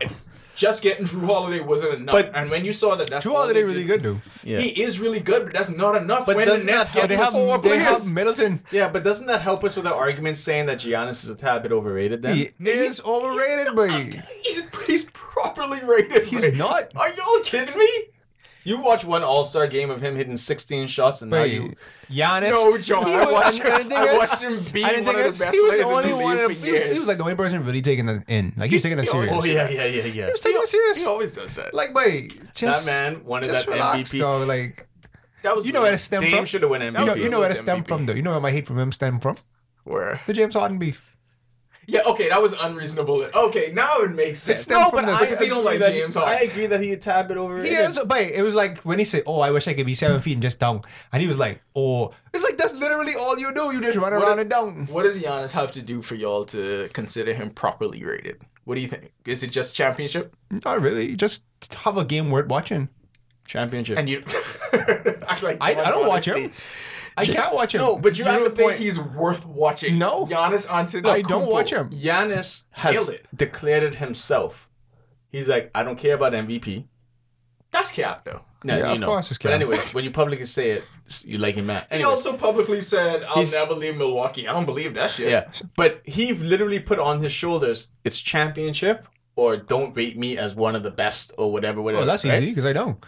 [SPEAKER 1] just getting Drew Holiday wasn't enough.
[SPEAKER 2] But-
[SPEAKER 1] and when you saw that, that's
[SPEAKER 3] Two
[SPEAKER 1] all
[SPEAKER 3] holiday
[SPEAKER 1] they
[SPEAKER 3] really
[SPEAKER 1] did-
[SPEAKER 3] good though. Oh,
[SPEAKER 2] Yeah.
[SPEAKER 1] He is really good, but that's not enough.
[SPEAKER 2] But
[SPEAKER 1] when the
[SPEAKER 2] doesn't that
[SPEAKER 1] Nets
[SPEAKER 2] help
[SPEAKER 1] get
[SPEAKER 3] They have,
[SPEAKER 1] four
[SPEAKER 3] they
[SPEAKER 1] players,
[SPEAKER 3] have Middleton.
[SPEAKER 2] Yeah, but doesn't that help us with our argument saying that Giannis is a tad bit overrated then?
[SPEAKER 3] He is overrated, but
[SPEAKER 1] he's, he's properly rated.
[SPEAKER 3] he's
[SPEAKER 1] right?
[SPEAKER 3] not.
[SPEAKER 1] Are y'all kidding me?
[SPEAKER 2] You watch one All Star game of him hitting 16 shots, and now
[SPEAKER 3] But
[SPEAKER 2] you
[SPEAKER 3] Giannis.
[SPEAKER 1] No, John.
[SPEAKER 3] He
[SPEAKER 1] I
[SPEAKER 3] was-
[SPEAKER 1] watched-
[SPEAKER 3] and the thing
[SPEAKER 1] I
[SPEAKER 3] is-
[SPEAKER 1] watched him be
[SPEAKER 3] and the
[SPEAKER 1] one
[SPEAKER 3] thing
[SPEAKER 1] of the
[SPEAKER 3] is,
[SPEAKER 1] best
[SPEAKER 3] He was
[SPEAKER 1] players
[SPEAKER 3] the
[SPEAKER 1] in the
[SPEAKER 3] only
[SPEAKER 1] league
[SPEAKER 3] one.
[SPEAKER 1] for
[SPEAKER 3] of- He was, he
[SPEAKER 1] years.
[SPEAKER 3] was like the only person really taking it in. Like he was taking it
[SPEAKER 1] He always-
[SPEAKER 3] serious.
[SPEAKER 2] Oh yeah, yeah, yeah, yeah.
[SPEAKER 3] He was taking it serious.
[SPEAKER 1] He always does that.
[SPEAKER 3] Like, wait, just
[SPEAKER 2] man wanted
[SPEAKER 3] just
[SPEAKER 2] that
[SPEAKER 3] relax,
[SPEAKER 2] MVP.
[SPEAKER 3] Though, like,
[SPEAKER 1] that was
[SPEAKER 3] you know where it stemmed
[SPEAKER 2] Dame
[SPEAKER 3] from.
[SPEAKER 2] should have won MVP.
[SPEAKER 3] You know, you know where it
[SPEAKER 1] was
[SPEAKER 3] stemmed
[SPEAKER 1] MVP.
[SPEAKER 3] from, though. You know where my hate from him stemmed from.
[SPEAKER 1] where
[SPEAKER 3] The James Harden beef.
[SPEAKER 1] Yeah, okay, that was unreasonable. Okay, now it makes sense.
[SPEAKER 3] stemmed from the-
[SPEAKER 1] I see don't like
[SPEAKER 2] that
[SPEAKER 1] James
[SPEAKER 2] I
[SPEAKER 1] Harden.
[SPEAKER 2] agree that he a tad bit overrated.
[SPEAKER 3] He also, but it was like when he said, "Oh, I wish I could be seven feet and just down," and he was like, "Oh, it's like that's literally all you do. You just run
[SPEAKER 1] What
[SPEAKER 3] around
[SPEAKER 1] is-
[SPEAKER 3] and down."
[SPEAKER 1] What does Giannis have to do for y'all to consider him properly rated? What do you think? Is it just championship?
[SPEAKER 3] Not really. Just have a game worth watching.
[SPEAKER 2] Championship.
[SPEAKER 1] And you, I, like
[SPEAKER 3] I, I
[SPEAKER 1] Giannis
[SPEAKER 3] don't watch
[SPEAKER 1] honesty.
[SPEAKER 3] him. I can't watch him.
[SPEAKER 2] No, but
[SPEAKER 1] You
[SPEAKER 2] You're at
[SPEAKER 1] don't
[SPEAKER 2] the
[SPEAKER 1] think
[SPEAKER 2] point-
[SPEAKER 1] he's worth watching?
[SPEAKER 3] No.
[SPEAKER 1] Giannis Antetokounmpo.
[SPEAKER 3] I don't watch him.
[SPEAKER 2] Giannis has
[SPEAKER 1] Nailed it.
[SPEAKER 2] declared it himself. He's like, I don't care about MVP.
[SPEAKER 1] That's cap though.
[SPEAKER 2] No,
[SPEAKER 3] Yeah,
[SPEAKER 2] you
[SPEAKER 3] of
[SPEAKER 2] know.
[SPEAKER 3] course it's
[SPEAKER 2] But
[SPEAKER 3] cap.
[SPEAKER 2] anyway, when you publicly say it, you like him mad.
[SPEAKER 1] He
[SPEAKER 2] Anyways,
[SPEAKER 1] also publicly said, "I'll
[SPEAKER 2] He's-
[SPEAKER 1] never leave Milwaukee." I don't believe that shit.
[SPEAKER 2] yeah, but he literally put on his shoulders, it's championship or don't rate me as one of the best or whatever. whatever
[SPEAKER 3] Oh, that's
[SPEAKER 2] right?
[SPEAKER 3] easy because I don't.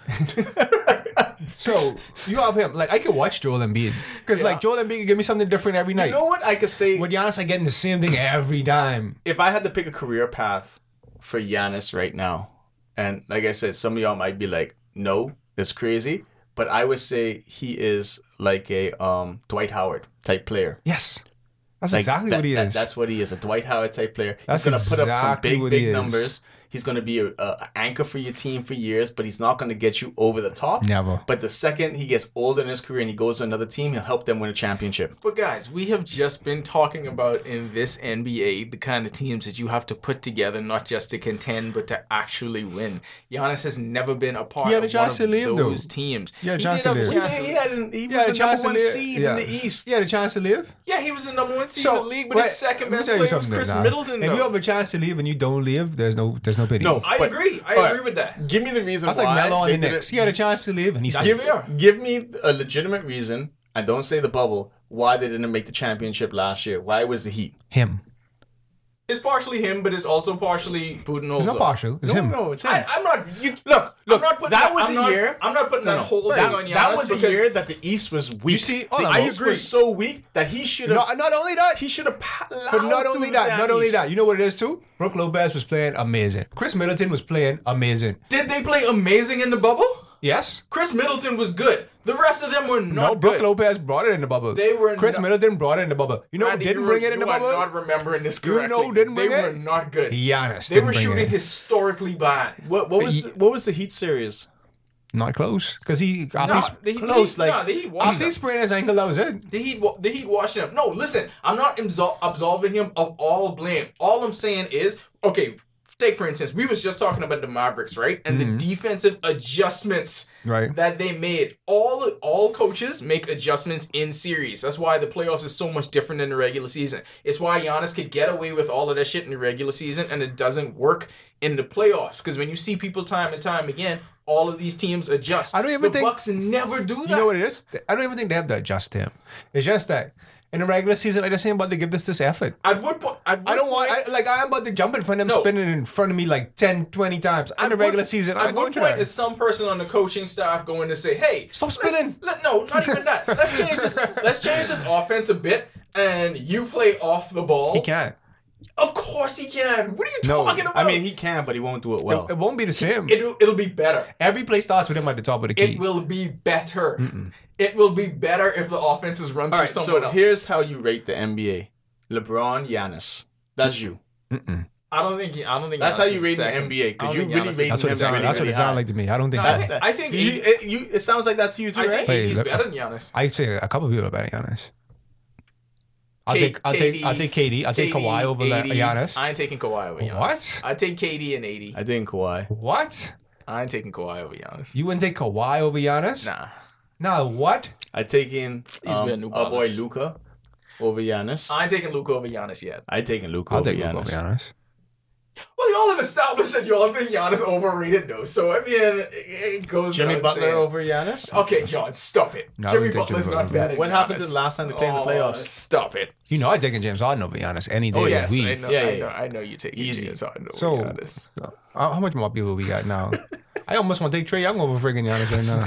[SPEAKER 3] so you have him. Like I could watch Joel Embiid because like Joel Embiid could give me something different every night.
[SPEAKER 2] You know what I could say?
[SPEAKER 3] With Giannis, I getting the same thing every time.
[SPEAKER 2] if I had to pick a career path for Giannis right now, and like I said, some of y'all might be like, "No, it's crazy," but I would say he is like a um, Dwight Howard type player.
[SPEAKER 3] Yes, that's
[SPEAKER 2] Like,
[SPEAKER 3] exactly
[SPEAKER 2] that-
[SPEAKER 3] what he
[SPEAKER 2] that-
[SPEAKER 3] is.
[SPEAKER 2] that's what he is, a Dwight Howard type player.
[SPEAKER 3] That's
[SPEAKER 2] he's gonna put up some
[SPEAKER 3] exactly
[SPEAKER 2] big,
[SPEAKER 3] what
[SPEAKER 2] big
[SPEAKER 3] he is.
[SPEAKER 2] numbers. He's gonna be a, a a anchor for your team for years, but he's not gonna get you over the top.
[SPEAKER 3] Never.
[SPEAKER 2] But the second he gets older in his career and he goes to another team, he'll help them win a championship.
[SPEAKER 1] But guys, we have just been talking about in this NBA the kind of teams that you have to put together, not just to contend, but to actually win. Giannis has never been a part
[SPEAKER 3] Yeah,
[SPEAKER 1] of
[SPEAKER 3] the
[SPEAKER 1] one
[SPEAKER 3] chance
[SPEAKER 1] of
[SPEAKER 3] to live, though.
[SPEAKER 1] those teams.
[SPEAKER 3] Yeah,
[SPEAKER 1] He did
[SPEAKER 3] chance to
[SPEAKER 1] have a
[SPEAKER 3] live.
[SPEAKER 1] chance to
[SPEAKER 2] He,
[SPEAKER 1] live.
[SPEAKER 2] had an, he
[SPEAKER 3] Yeah,
[SPEAKER 2] was the number one seed
[SPEAKER 3] yeah.
[SPEAKER 2] in the East.
[SPEAKER 3] Yeah, the chance to live.
[SPEAKER 1] Yeah, he was the number one seed in the league, but
[SPEAKER 3] wait,
[SPEAKER 1] his second
[SPEAKER 3] let me
[SPEAKER 1] best
[SPEAKER 3] tell
[SPEAKER 1] player
[SPEAKER 3] you
[SPEAKER 1] was
[SPEAKER 3] something,
[SPEAKER 1] Chris
[SPEAKER 3] nah.
[SPEAKER 1] Middleton.
[SPEAKER 3] If
[SPEAKER 1] though.
[SPEAKER 3] you have a chance to leave and you don't leave, there's no, there's no pity.
[SPEAKER 2] No,
[SPEAKER 1] I
[SPEAKER 2] But-
[SPEAKER 1] agree. I
[SPEAKER 2] all right.
[SPEAKER 1] agree with that.
[SPEAKER 2] Give me the reason
[SPEAKER 3] that's
[SPEAKER 2] why.
[SPEAKER 3] like Melo on
[SPEAKER 2] they
[SPEAKER 3] the
[SPEAKER 2] did
[SPEAKER 3] Knicks.
[SPEAKER 2] it.
[SPEAKER 3] He had a chance to leave and he
[SPEAKER 1] That's
[SPEAKER 3] still.
[SPEAKER 2] Give,
[SPEAKER 1] fair.
[SPEAKER 2] give me a legitimate reason. I don't say the bubble. Why they didn't make the championship last year? Why was the Heat?
[SPEAKER 3] him.
[SPEAKER 1] It's partially him, but it's also partially Budenholzer.
[SPEAKER 3] It's not partial. It's
[SPEAKER 2] no,
[SPEAKER 3] him.
[SPEAKER 2] no, it's him.
[SPEAKER 1] I, I'm not. You,
[SPEAKER 2] look,
[SPEAKER 1] I'm
[SPEAKER 2] look.
[SPEAKER 1] not putting
[SPEAKER 2] that was
[SPEAKER 1] I'm
[SPEAKER 2] a
[SPEAKER 1] not-
[SPEAKER 2] year.
[SPEAKER 1] I'm not putting that whole
[SPEAKER 2] That,
[SPEAKER 1] thing on Giannis.
[SPEAKER 2] that was a
[SPEAKER 1] because-
[SPEAKER 2] year that the East was weak.
[SPEAKER 3] You see- oh,
[SPEAKER 2] the
[SPEAKER 3] no, no,
[SPEAKER 2] East
[SPEAKER 3] agree.
[SPEAKER 2] was so weak that he should have.
[SPEAKER 3] Not, not only that,
[SPEAKER 2] he should have. pa-
[SPEAKER 3] but not
[SPEAKER 2] plowed
[SPEAKER 3] only
[SPEAKER 2] through
[SPEAKER 3] that, not only
[SPEAKER 2] East.
[SPEAKER 3] that. You know what it is too? Brooke Lopez was playing amazing. Chris Middleton was playing amazing.
[SPEAKER 1] Did they play amazing in the bubble?
[SPEAKER 3] Yes.
[SPEAKER 1] Chris Middleton was good. The rest of them were not
[SPEAKER 3] No, Brooke
[SPEAKER 1] good.
[SPEAKER 3] Lopez brought it in the bubble.
[SPEAKER 1] They were
[SPEAKER 3] Chris
[SPEAKER 1] not-
[SPEAKER 3] Middleton brought it in the bubble. You know who
[SPEAKER 1] Randy,
[SPEAKER 3] didn't
[SPEAKER 1] you
[SPEAKER 3] bring
[SPEAKER 1] were-
[SPEAKER 3] it in the
[SPEAKER 1] you are
[SPEAKER 3] bubble?
[SPEAKER 1] not remembering this
[SPEAKER 3] know
[SPEAKER 1] correctly.
[SPEAKER 3] who didn't
[SPEAKER 1] they
[SPEAKER 3] bring it?
[SPEAKER 1] were not good.
[SPEAKER 3] Giannis
[SPEAKER 1] They
[SPEAKER 3] didn't
[SPEAKER 1] were
[SPEAKER 3] bring it
[SPEAKER 1] shooting
[SPEAKER 3] in.
[SPEAKER 1] historically bad.
[SPEAKER 2] What, what was
[SPEAKER 3] he-
[SPEAKER 2] the, what was the Heat series?
[SPEAKER 3] Not close. Because he, after,
[SPEAKER 1] Nah,
[SPEAKER 3] he,
[SPEAKER 1] the Heat-
[SPEAKER 2] close,
[SPEAKER 1] the Heat-
[SPEAKER 2] like-
[SPEAKER 1] nah, the Heat washed
[SPEAKER 3] after he
[SPEAKER 1] them.
[SPEAKER 3] sprained his ankle, that was it.
[SPEAKER 1] The Heat, wa- the Heat washed him. No, listen, I'm not absol- absolving him of all blame. All I'm saying is, okay, take for instance, we was just talking about the Mavericks, right? And the defensive adjustments
[SPEAKER 3] Right.
[SPEAKER 1] that they made. All all coaches make adjustments in series. That's why the playoffs is so much different than the regular season. It's why Giannis could get away with all of that shit in the regular season and it doesn't work in the playoffs. Because when you see people time and time again, all of these teams adjust.
[SPEAKER 3] I don't even
[SPEAKER 1] the
[SPEAKER 3] think-
[SPEAKER 1] Bucks never do that.
[SPEAKER 3] You know what it is? I don't even think they have to adjust to him. It's just that in the regular season, I just ain't about to give this this effort.
[SPEAKER 1] At what point? At
[SPEAKER 3] I
[SPEAKER 1] what
[SPEAKER 3] don't want,
[SPEAKER 1] point-
[SPEAKER 3] I, like, I'm about to jump in front of him,
[SPEAKER 1] No.
[SPEAKER 3] spinning in front of me like 10, 20 times. In the
[SPEAKER 1] At what-
[SPEAKER 3] regular season,
[SPEAKER 1] at
[SPEAKER 3] I'm going
[SPEAKER 1] what
[SPEAKER 3] to
[SPEAKER 1] point
[SPEAKER 3] that.
[SPEAKER 1] is some person on the coaching staff going to say, "Hey,
[SPEAKER 3] Stop
[SPEAKER 1] let's-
[SPEAKER 3] spinning."
[SPEAKER 1] Let, no, not even that. Let's change this. Let's change this offense a bit, and you play off the ball.
[SPEAKER 3] He can't.
[SPEAKER 1] Of course he can. What are you
[SPEAKER 3] No,
[SPEAKER 1] talking about?
[SPEAKER 2] I mean, he can, but he won't do it well.
[SPEAKER 3] It won't be the same.
[SPEAKER 1] it'll, it'll be better.
[SPEAKER 3] Every play starts with him at the top of the key.
[SPEAKER 1] It will be better. It will be better if the offense is run
[SPEAKER 2] All
[SPEAKER 1] through
[SPEAKER 2] right,
[SPEAKER 1] someone
[SPEAKER 2] so
[SPEAKER 1] else.
[SPEAKER 2] here's how you rate the NBA: LeBron, Giannis. That's you.
[SPEAKER 1] I don't think. I don't think
[SPEAKER 2] That's
[SPEAKER 1] Giannis
[SPEAKER 2] how you
[SPEAKER 1] is
[SPEAKER 2] rate the
[SPEAKER 1] second.
[SPEAKER 2] NBA, 'cause
[SPEAKER 1] I don't
[SPEAKER 2] you
[SPEAKER 1] think
[SPEAKER 2] really
[SPEAKER 1] Giannis
[SPEAKER 2] rate
[SPEAKER 1] is
[SPEAKER 3] that's what it
[SPEAKER 1] second.
[SPEAKER 2] him
[SPEAKER 3] sounded.
[SPEAKER 2] really,
[SPEAKER 3] That's what
[SPEAKER 2] really
[SPEAKER 3] it
[SPEAKER 2] high.
[SPEAKER 3] sounded like to me. I don't think
[SPEAKER 1] No, I
[SPEAKER 3] so.
[SPEAKER 1] think- I think
[SPEAKER 2] You-
[SPEAKER 1] he-
[SPEAKER 2] it, you, it sounds like that to you too,
[SPEAKER 1] I
[SPEAKER 2] right?
[SPEAKER 1] think
[SPEAKER 3] Wait,
[SPEAKER 1] he's
[SPEAKER 3] look.
[SPEAKER 1] better than Giannis.
[SPEAKER 3] I say a couple of people are better than Giannis. I'll
[SPEAKER 1] K-
[SPEAKER 3] take I'll take
[SPEAKER 1] KD,
[SPEAKER 3] I'll take KD. I'll take
[SPEAKER 1] KD,
[SPEAKER 3] Kawhi over La-
[SPEAKER 1] 80.
[SPEAKER 3] Giannis.
[SPEAKER 1] I ain't taking Kawhi over Giannis.
[SPEAKER 3] What?
[SPEAKER 1] I take KD and 80.
[SPEAKER 2] I think Kawhi.
[SPEAKER 3] what?
[SPEAKER 1] I ain't taking Kawhi over Giannis.
[SPEAKER 3] You wouldn't take Kawhi over Giannis?
[SPEAKER 1] Nah.
[SPEAKER 3] Nah, what?
[SPEAKER 2] I take in
[SPEAKER 1] He's
[SPEAKER 2] um,
[SPEAKER 1] been New
[SPEAKER 2] our boy
[SPEAKER 1] Balance.
[SPEAKER 2] Luca over Giannis.
[SPEAKER 1] I ain't taking Luke over Giannis yet.
[SPEAKER 2] I take in Luca
[SPEAKER 3] I'll
[SPEAKER 2] over
[SPEAKER 3] take Luka
[SPEAKER 2] Giannis.
[SPEAKER 3] over Giannis.
[SPEAKER 1] Well, y'all have established that y'all think Giannis overrated, though. So, I mean, it- it goes
[SPEAKER 2] Jimmy
[SPEAKER 1] without
[SPEAKER 2] Butler
[SPEAKER 1] saying.
[SPEAKER 2] over Giannis.
[SPEAKER 1] Okay, John, stop it.
[SPEAKER 3] No, I
[SPEAKER 1] Jimmy
[SPEAKER 3] wouldn't take
[SPEAKER 1] Butler's
[SPEAKER 3] Jimmy
[SPEAKER 1] not
[SPEAKER 3] Butler.
[SPEAKER 1] better. than
[SPEAKER 2] What happened
[SPEAKER 1] Giannis.
[SPEAKER 2] to the last time they played in
[SPEAKER 1] Oh,
[SPEAKER 2] the playoffs?
[SPEAKER 1] Stop it.
[SPEAKER 3] You know, I take James Harden over Giannis any day.
[SPEAKER 1] Oh
[SPEAKER 3] of the
[SPEAKER 1] yes,
[SPEAKER 3] week.
[SPEAKER 1] I know.
[SPEAKER 2] Yeah,
[SPEAKER 1] I
[SPEAKER 2] yeah,
[SPEAKER 1] know.
[SPEAKER 2] yeah.
[SPEAKER 1] I know you take
[SPEAKER 2] Easy.
[SPEAKER 1] Easy. Giannis. I know.
[SPEAKER 3] So-
[SPEAKER 1] Giannis.
[SPEAKER 3] Uh, How how much more people we got now? I almost want to take Trey Young over friggin' Giannis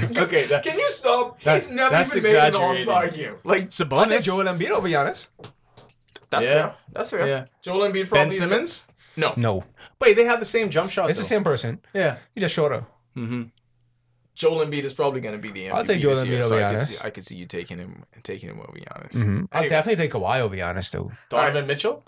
[SPEAKER 3] right now.
[SPEAKER 2] Okay, that,
[SPEAKER 1] Can you stop?
[SPEAKER 2] That-
[SPEAKER 1] He's never
[SPEAKER 2] that's
[SPEAKER 1] even made an
[SPEAKER 2] exaggerating.
[SPEAKER 1] All-Star game. Like
[SPEAKER 3] I'll
[SPEAKER 2] Sabonis.
[SPEAKER 3] take Joel Embiid over Giannis.
[SPEAKER 1] that's
[SPEAKER 2] Yeah.
[SPEAKER 1] fair. That's fair.
[SPEAKER 2] Yeah.
[SPEAKER 1] Joel Embiid probably
[SPEAKER 2] ben
[SPEAKER 1] is-
[SPEAKER 2] Simmons.
[SPEAKER 1] No.
[SPEAKER 3] No,
[SPEAKER 2] Wait, they have the Mm-hmm. same jump shot.
[SPEAKER 3] it's the
[SPEAKER 2] though.
[SPEAKER 3] same person.
[SPEAKER 2] Yeah.
[SPEAKER 3] He just shorter.
[SPEAKER 1] Joel Embiid is probably going to be the MVP
[SPEAKER 3] I'll Mm-hmm. take Joel
[SPEAKER 1] this year,
[SPEAKER 3] Embiid
[SPEAKER 1] so
[SPEAKER 3] over
[SPEAKER 1] I can
[SPEAKER 3] Giannis.
[SPEAKER 1] see I can see you taking him taking him over Giannis.
[SPEAKER 3] I'll
[SPEAKER 1] Anyway.
[SPEAKER 3] definitely take Kawhi over Giannis though.
[SPEAKER 2] Donovan Mitchell.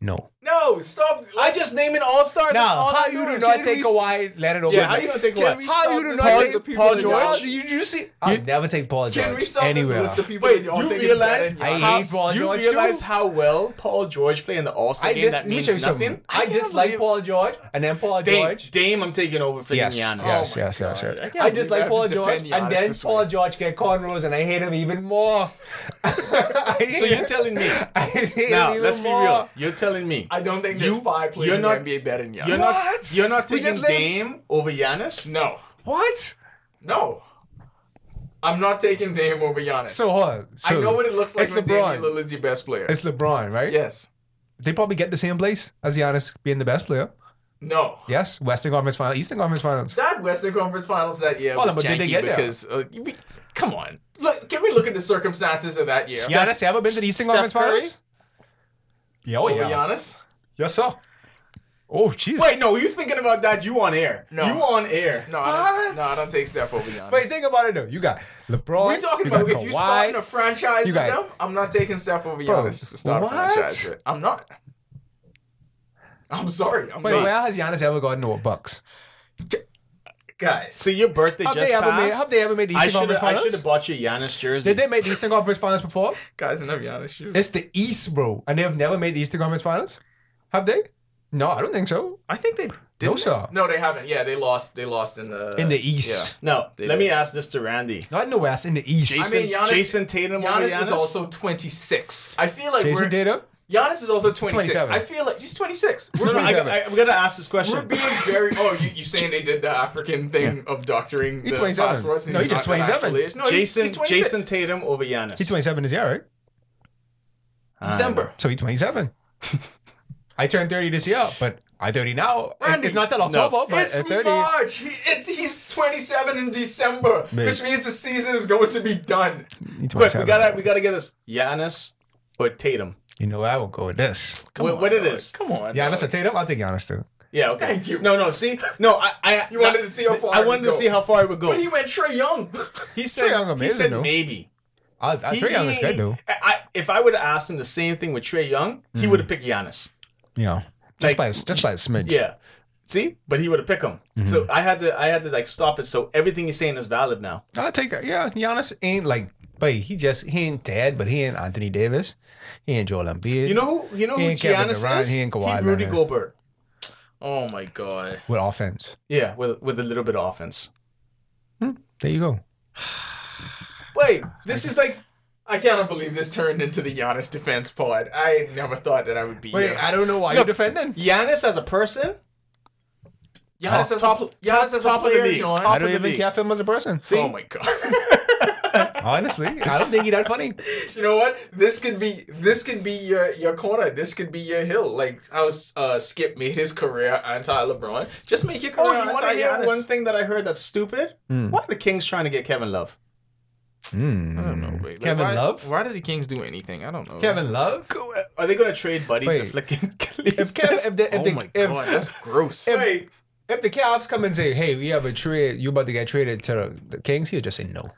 [SPEAKER 3] No.
[SPEAKER 1] No, stop.
[SPEAKER 2] I just naming all stars.
[SPEAKER 3] Now,
[SPEAKER 2] all
[SPEAKER 3] how
[SPEAKER 2] I
[SPEAKER 3] you
[SPEAKER 2] do
[SPEAKER 3] do
[SPEAKER 2] is-
[SPEAKER 3] not
[SPEAKER 1] Can
[SPEAKER 3] take
[SPEAKER 1] we-
[SPEAKER 3] Kawhi Leonard over?
[SPEAKER 2] Yeah, how
[SPEAKER 3] Nurkic?
[SPEAKER 2] you gonna take Kawhi?
[SPEAKER 1] How
[SPEAKER 3] How
[SPEAKER 1] you
[SPEAKER 3] you do
[SPEAKER 1] this
[SPEAKER 3] not
[SPEAKER 1] list
[SPEAKER 3] take
[SPEAKER 1] of people
[SPEAKER 2] Paul
[SPEAKER 1] in the
[SPEAKER 2] George?
[SPEAKER 1] Dodgers?
[SPEAKER 3] Paul, you, you see, I'll never take Paul George
[SPEAKER 1] Can we stop
[SPEAKER 3] anywhere.
[SPEAKER 1] this list of people
[SPEAKER 2] Wait,
[SPEAKER 1] that y'all
[SPEAKER 2] you
[SPEAKER 1] think
[SPEAKER 2] realize
[SPEAKER 1] is bad
[SPEAKER 3] I
[SPEAKER 1] and
[SPEAKER 2] how,
[SPEAKER 1] y'all-
[SPEAKER 3] hate Paul
[SPEAKER 2] you
[SPEAKER 3] George
[SPEAKER 2] realize
[SPEAKER 3] too.
[SPEAKER 2] how well Paul George played in the All Star
[SPEAKER 3] I
[SPEAKER 2] game.
[SPEAKER 3] dis-
[SPEAKER 2] that
[SPEAKER 3] let me
[SPEAKER 2] means
[SPEAKER 3] show you
[SPEAKER 2] nothing.
[SPEAKER 3] something. I,
[SPEAKER 1] can't
[SPEAKER 3] dislike
[SPEAKER 1] believe-
[SPEAKER 3] Paul George, and then Paul
[SPEAKER 2] Dame,
[SPEAKER 3] George.
[SPEAKER 2] Dame, I'm taking over for
[SPEAKER 3] Yes,
[SPEAKER 2] Giannis.
[SPEAKER 3] yes,
[SPEAKER 1] Oh my
[SPEAKER 3] yes, yes,
[SPEAKER 1] God. I
[SPEAKER 3] yes.
[SPEAKER 1] can't
[SPEAKER 3] I
[SPEAKER 1] believe I
[SPEAKER 3] dislike
[SPEAKER 1] have
[SPEAKER 3] Paul
[SPEAKER 1] to
[SPEAKER 3] George,
[SPEAKER 1] defend Giannis
[SPEAKER 3] and then
[SPEAKER 1] this
[SPEAKER 3] Paul
[SPEAKER 1] way.
[SPEAKER 3] George get cornrows, and I hate him even more.
[SPEAKER 2] So you're telling me?
[SPEAKER 3] I hate
[SPEAKER 2] now
[SPEAKER 3] him even
[SPEAKER 2] let's be
[SPEAKER 3] more.
[SPEAKER 2] real. You're telling me
[SPEAKER 1] I don't think there's
[SPEAKER 2] You-
[SPEAKER 1] five players
[SPEAKER 2] you're
[SPEAKER 1] in
[SPEAKER 2] not-
[SPEAKER 1] the NBA better than Giannis.
[SPEAKER 2] you're
[SPEAKER 3] What?
[SPEAKER 2] not you're not
[SPEAKER 3] We just
[SPEAKER 2] taking
[SPEAKER 3] lived-
[SPEAKER 2] Dame over Giannis?
[SPEAKER 1] No,
[SPEAKER 3] What?
[SPEAKER 1] no. I'm not taking Dame over Giannis.
[SPEAKER 3] So hold on. So
[SPEAKER 1] I know what it looks like
[SPEAKER 3] It's
[SPEAKER 1] when
[SPEAKER 3] LeBron.
[SPEAKER 1] Damian Lillard's your best player.
[SPEAKER 3] It's LeBron, right?
[SPEAKER 1] yes.
[SPEAKER 3] They probably get the same place as Giannis being the best player.
[SPEAKER 1] No.
[SPEAKER 3] Yes, Western Conference Finals, Eastern Conference Finals.
[SPEAKER 1] That Western Conference Finals that year
[SPEAKER 3] Hold
[SPEAKER 1] was
[SPEAKER 3] on, but
[SPEAKER 1] janky
[SPEAKER 3] did they get there?
[SPEAKER 1] because uh, you be- come on, look, can we look at the circumstances of that year?
[SPEAKER 3] Giannis ever been to the Eastern
[SPEAKER 2] Steph
[SPEAKER 3] Conference
[SPEAKER 2] Curry?
[SPEAKER 3] Finals? Yeah, oh
[SPEAKER 1] Over
[SPEAKER 3] yeah.
[SPEAKER 1] Giannis.
[SPEAKER 3] Yes, sir. Oh, jeez.
[SPEAKER 2] Wait, no, you thinking about that? You on air?
[SPEAKER 1] No.
[SPEAKER 2] you on air?
[SPEAKER 1] No, I
[SPEAKER 3] What?
[SPEAKER 1] don't, no, I don't take Steph over Giannis.
[SPEAKER 3] Wait, think about it though. You got LeBron.
[SPEAKER 1] We're talking
[SPEAKER 3] you
[SPEAKER 1] about
[SPEAKER 3] got
[SPEAKER 1] if you
[SPEAKER 3] Kawhi.
[SPEAKER 1] start in a franchise
[SPEAKER 3] You
[SPEAKER 1] with
[SPEAKER 3] got-
[SPEAKER 1] them, I'm not taking Steph over Giannis to start
[SPEAKER 3] what?
[SPEAKER 1] a franchise with. I'm not. I'm sorry. I'm
[SPEAKER 3] Wait,
[SPEAKER 1] not.
[SPEAKER 3] where has Giannis ever gotten to a Bucks?
[SPEAKER 1] Guys,
[SPEAKER 2] See, your birthday
[SPEAKER 3] Have
[SPEAKER 2] just
[SPEAKER 3] they ever
[SPEAKER 2] passed.
[SPEAKER 3] made? Have they ever made the
[SPEAKER 2] I
[SPEAKER 3] Eastern
[SPEAKER 2] should
[SPEAKER 3] Conference
[SPEAKER 2] have. I
[SPEAKER 3] Finals?
[SPEAKER 2] should have bought you a Giannis jersey.
[SPEAKER 3] Did they make the Eastern Conference Finals before?
[SPEAKER 1] guys, enough Giannis. shoot.
[SPEAKER 3] It's the East, bro, and they have never made the Eastern Conference Finals. Have they? No, I don't think so.
[SPEAKER 1] I think they did.
[SPEAKER 3] No, sir.
[SPEAKER 1] No, they haven't. Yeah, they lost. They lost in the
[SPEAKER 2] Uh,
[SPEAKER 3] In the East,
[SPEAKER 2] No,
[SPEAKER 1] They
[SPEAKER 2] let
[SPEAKER 1] did.
[SPEAKER 2] me ask this to Randy.
[SPEAKER 3] not in the West, in the East.
[SPEAKER 1] I
[SPEAKER 2] Jason,
[SPEAKER 1] mean, Giannis-
[SPEAKER 2] Jason Tatum
[SPEAKER 1] Yeah.
[SPEAKER 2] over
[SPEAKER 1] Giannis,
[SPEAKER 2] Giannis
[SPEAKER 1] is also 26. I feel like
[SPEAKER 3] Jason
[SPEAKER 1] we're
[SPEAKER 3] Data.
[SPEAKER 1] Giannis is also 26.
[SPEAKER 3] 27.
[SPEAKER 1] I feel like he's 26. We're,
[SPEAKER 2] No, no, I,
[SPEAKER 3] Who's
[SPEAKER 2] I, I'm gonna ask this question.
[SPEAKER 1] we're being very. Oh, you, you saying they did the African thing of doctoring
[SPEAKER 3] He's
[SPEAKER 1] the
[SPEAKER 3] 27.
[SPEAKER 1] passports? and
[SPEAKER 3] No,
[SPEAKER 1] he's
[SPEAKER 3] he just
[SPEAKER 1] not that
[SPEAKER 3] 27.
[SPEAKER 1] actual age. No, he's-
[SPEAKER 2] Jason,
[SPEAKER 1] he's 26.
[SPEAKER 2] Jason Tatum over Giannis.
[SPEAKER 3] He's Ah, 27 this year, right?
[SPEAKER 1] December.
[SPEAKER 3] So he's 27. I turned 30 this year, but I'm 30 now.
[SPEAKER 1] Randy,
[SPEAKER 3] it's not till October, but
[SPEAKER 1] Oh, It's
[SPEAKER 3] at 30.
[SPEAKER 1] March. He, it's, he's 27 in December,
[SPEAKER 3] Mate.
[SPEAKER 1] which means the season is going to be done.
[SPEAKER 3] He's
[SPEAKER 2] Quick, we
[SPEAKER 3] 27.
[SPEAKER 2] gotta we gotta get this. Giannis or Tatum?
[SPEAKER 3] You know, I will go with this.
[SPEAKER 1] Come
[SPEAKER 2] What-
[SPEAKER 1] on,
[SPEAKER 2] what it
[SPEAKER 1] dog.
[SPEAKER 2] is?
[SPEAKER 1] Come on.
[SPEAKER 3] Giannis or
[SPEAKER 1] dog.
[SPEAKER 3] Tatum? I'll take Giannis too.
[SPEAKER 2] Yeah. Okay.
[SPEAKER 1] Thank you.
[SPEAKER 2] No, no. See, no. I. I
[SPEAKER 1] You wanted to see how far
[SPEAKER 2] I
[SPEAKER 1] it
[SPEAKER 2] wanted
[SPEAKER 1] would
[SPEAKER 2] to
[SPEAKER 1] go.
[SPEAKER 2] see how far it would go.
[SPEAKER 1] But he went Trey Young.
[SPEAKER 2] he
[SPEAKER 3] Trae
[SPEAKER 2] said.
[SPEAKER 3] Young
[SPEAKER 2] he
[SPEAKER 3] amazing,
[SPEAKER 2] said
[SPEAKER 3] though.
[SPEAKER 2] maybe.
[SPEAKER 3] I'll, I'll
[SPEAKER 2] He-
[SPEAKER 3] Trey Young is good though. Mm-hmm.
[SPEAKER 2] I, I, if I would have asked him the same thing with Trey Young, he would have picked Giannis.
[SPEAKER 3] Yeah, just
[SPEAKER 2] Like-
[SPEAKER 3] by a- just by a smidge.
[SPEAKER 2] Yeah. See, but he would have picked him.
[SPEAKER 3] Mm-hmm.
[SPEAKER 2] So I had to. I had to like stop it. So everything he's saying is valid now.
[SPEAKER 3] I'll take it. Yeah, Giannis ain't like, but he just he ain't Ted, but he ain't Anthony Davis, he ain't Joel Embiid.
[SPEAKER 2] You know who? You know
[SPEAKER 3] He
[SPEAKER 2] who
[SPEAKER 3] ain't Kevin
[SPEAKER 2] Giannis
[SPEAKER 3] Durant,
[SPEAKER 2] is?
[SPEAKER 3] he ain't Kawhi
[SPEAKER 2] Rudy
[SPEAKER 3] Leonard.
[SPEAKER 2] Gobert.
[SPEAKER 1] oh my god.
[SPEAKER 3] with offense.
[SPEAKER 2] Yeah, with with a little bit of offense.
[SPEAKER 3] There you go.
[SPEAKER 2] Wait, this is like
[SPEAKER 1] I cannot believe this turned into the Giannis defense pod. I never thought that I would be
[SPEAKER 3] Wait,
[SPEAKER 1] here.
[SPEAKER 3] I don't know why
[SPEAKER 2] No.
[SPEAKER 3] you're defending.
[SPEAKER 2] Giannis as a person.
[SPEAKER 1] Giannis
[SPEAKER 3] Top-
[SPEAKER 1] as top, Giannis as top
[SPEAKER 2] of the
[SPEAKER 1] player,
[SPEAKER 2] league.
[SPEAKER 1] John.
[SPEAKER 2] Top-
[SPEAKER 3] I don't
[SPEAKER 2] of the
[SPEAKER 3] even
[SPEAKER 2] league.
[SPEAKER 3] care if him as a person.
[SPEAKER 1] Oh my god.
[SPEAKER 3] Oh, Honestly, I don't think he that funny.
[SPEAKER 1] you know what? This could be this could be your your corner. This could be your hill. Like how uh, Skip made his career anti LeBron. Just make your career
[SPEAKER 2] Oh, you want to
[SPEAKER 1] anti
[SPEAKER 2] hear
[SPEAKER 1] Giannis.
[SPEAKER 2] one thing that I heard that's stupid?
[SPEAKER 3] Hmm.
[SPEAKER 2] Why are the Kings trying to get Kevin Love?
[SPEAKER 3] Mm.
[SPEAKER 1] I don't know. Wait, like,
[SPEAKER 3] Kevin
[SPEAKER 1] why,
[SPEAKER 3] Love?
[SPEAKER 1] Why did the Kings do anything? I don't know.
[SPEAKER 3] Kevin Love.
[SPEAKER 2] Are they going to trade Buddy to
[SPEAKER 3] Wait.
[SPEAKER 2] flicking
[SPEAKER 3] If Kevin, if the if
[SPEAKER 1] Oh
[SPEAKER 3] the
[SPEAKER 1] my
[SPEAKER 3] if,
[SPEAKER 1] god, that's gross.
[SPEAKER 3] if-
[SPEAKER 2] Wait,
[SPEAKER 3] if the Cavs come and say, "Hey, we have a trade. You about to get traded to the, the Kings," he'll just say no.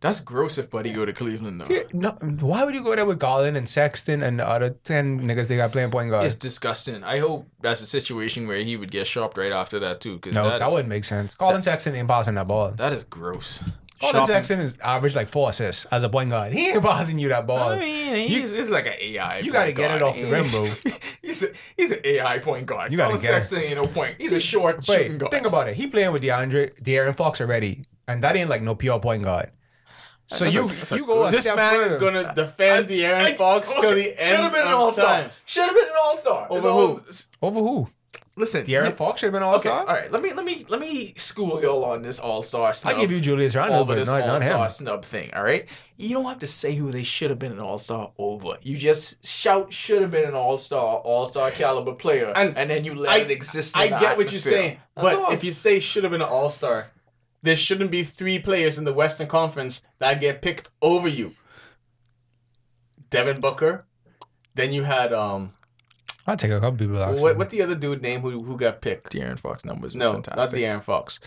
[SPEAKER 1] that's gross if Buddy go to Cleveland though.
[SPEAKER 3] Yeah, no. Why would you go there with Garland and Sexton and the other ten niggas they got playing point guard?
[SPEAKER 1] It's disgusting. I hope that's a situation where he would get shopped right after that too. Because
[SPEAKER 3] no, that,
[SPEAKER 1] that is-
[SPEAKER 3] wouldn't make sense. Colin Sexton ain't passing that ball.
[SPEAKER 1] that is gross.
[SPEAKER 3] Colin
[SPEAKER 2] Shopping.
[SPEAKER 3] Sexton is average like four assists as a point guard. He ain't passing you that ball.
[SPEAKER 1] I mean, he's, it's like an AI. point
[SPEAKER 3] you gotta get
[SPEAKER 1] guard.
[SPEAKER 3] it off the rim, bro.
[SPEAKER 1] he's a, he's an AI point guard. You
[SPEAKER 3] You gotta
[SPEAKER 1] Colin
[SPEAKER 3] get it.
[SPEAKER 1] Sexton ain't no point. He's a short shooting
[SPEAKER 3] Wait,
[SPEAKER 1] guard.
[SPEAKER 3] think about it. He playing with DeAndre, De'Aaron Fox already, and that ain't like no pure point guard. So
[SPEAKER 1] That's
[SPEAKER 3] you
[SPEAKER 1] a- that's a-
[SPEAKER 3] you go Oh, a
[SPEAKER 2] this
[SPEAKER 3] step
[SPEAKER 2] man
[SPEAKER 3] further.
[SPEAKER 2] is going to defend the Aaron Fox till the end
[SPEAKER 1] Should have been an all
[SPEAKER 2] of time.
[SPEAKER 1] star. Should have been an all star.
[SPEAKER 2] Over who?
[SPEAKER 3] over who?
[SPEAKER 1] Listen,
[SPEAKER 3] De'Aaron
[SPEAKER 1] you-
[SPEAKER 3] Fox should have been all
[SPEAKER 1] okay,
[SPEAKER 3] star.
[SPEAKER 1] all right. Let me let me let me school y'all on this all star
[SPEAKER 3] I
[SPEAKER 1] snub.
[SPEAKER 3] give you Julius Randle,
[SPEAKER 1] over
[SPEAKER 3] but
[SPEAKER 1] Oh, this
[SPEAKER 3] not,
[SPEAKER 1] all
[SPEAKER 3] not
[SPEAKER 1] star
[SPEAKER 3] him.
[SPEAKER 1] snub thing. All right, you don't have to say who they should have been an all star over. You just shout should have been an all star, all star caliber player, and,
[SPEAKER 2] And
[SPEAKER 1] then you let
[SPEAKER 2] I-
[SPEAKER 1] it exist. In
[SPEAKER 2] I
[SPEAKER 1] the
[SPEAKER 2] get what you're
[SPEAKER 1] atmosphere.
[SPEAKER 2] saying,
[SPEAKER 1] That's
[SPEAKER 2] but
[SPEAKER 1] all.
[SPEAKER 2] if you say should have been an All Star, there shouldn't be three players in the Western Conference that get picked over you. Devin Booker. Then you had um
[SPEAKER 3] I'll take a couple people actually.
[SPEAKER 2] what what the other dude name who who got picked?
[SPEAKER 1] De'Aaron Fox numbers
[SPEAKER 2] No,
[SPEAKER 1] are
[SPEAKER 2] not
[SPEAKER 1] fantastic.
[SPEAKER 2] the Aaron Fox.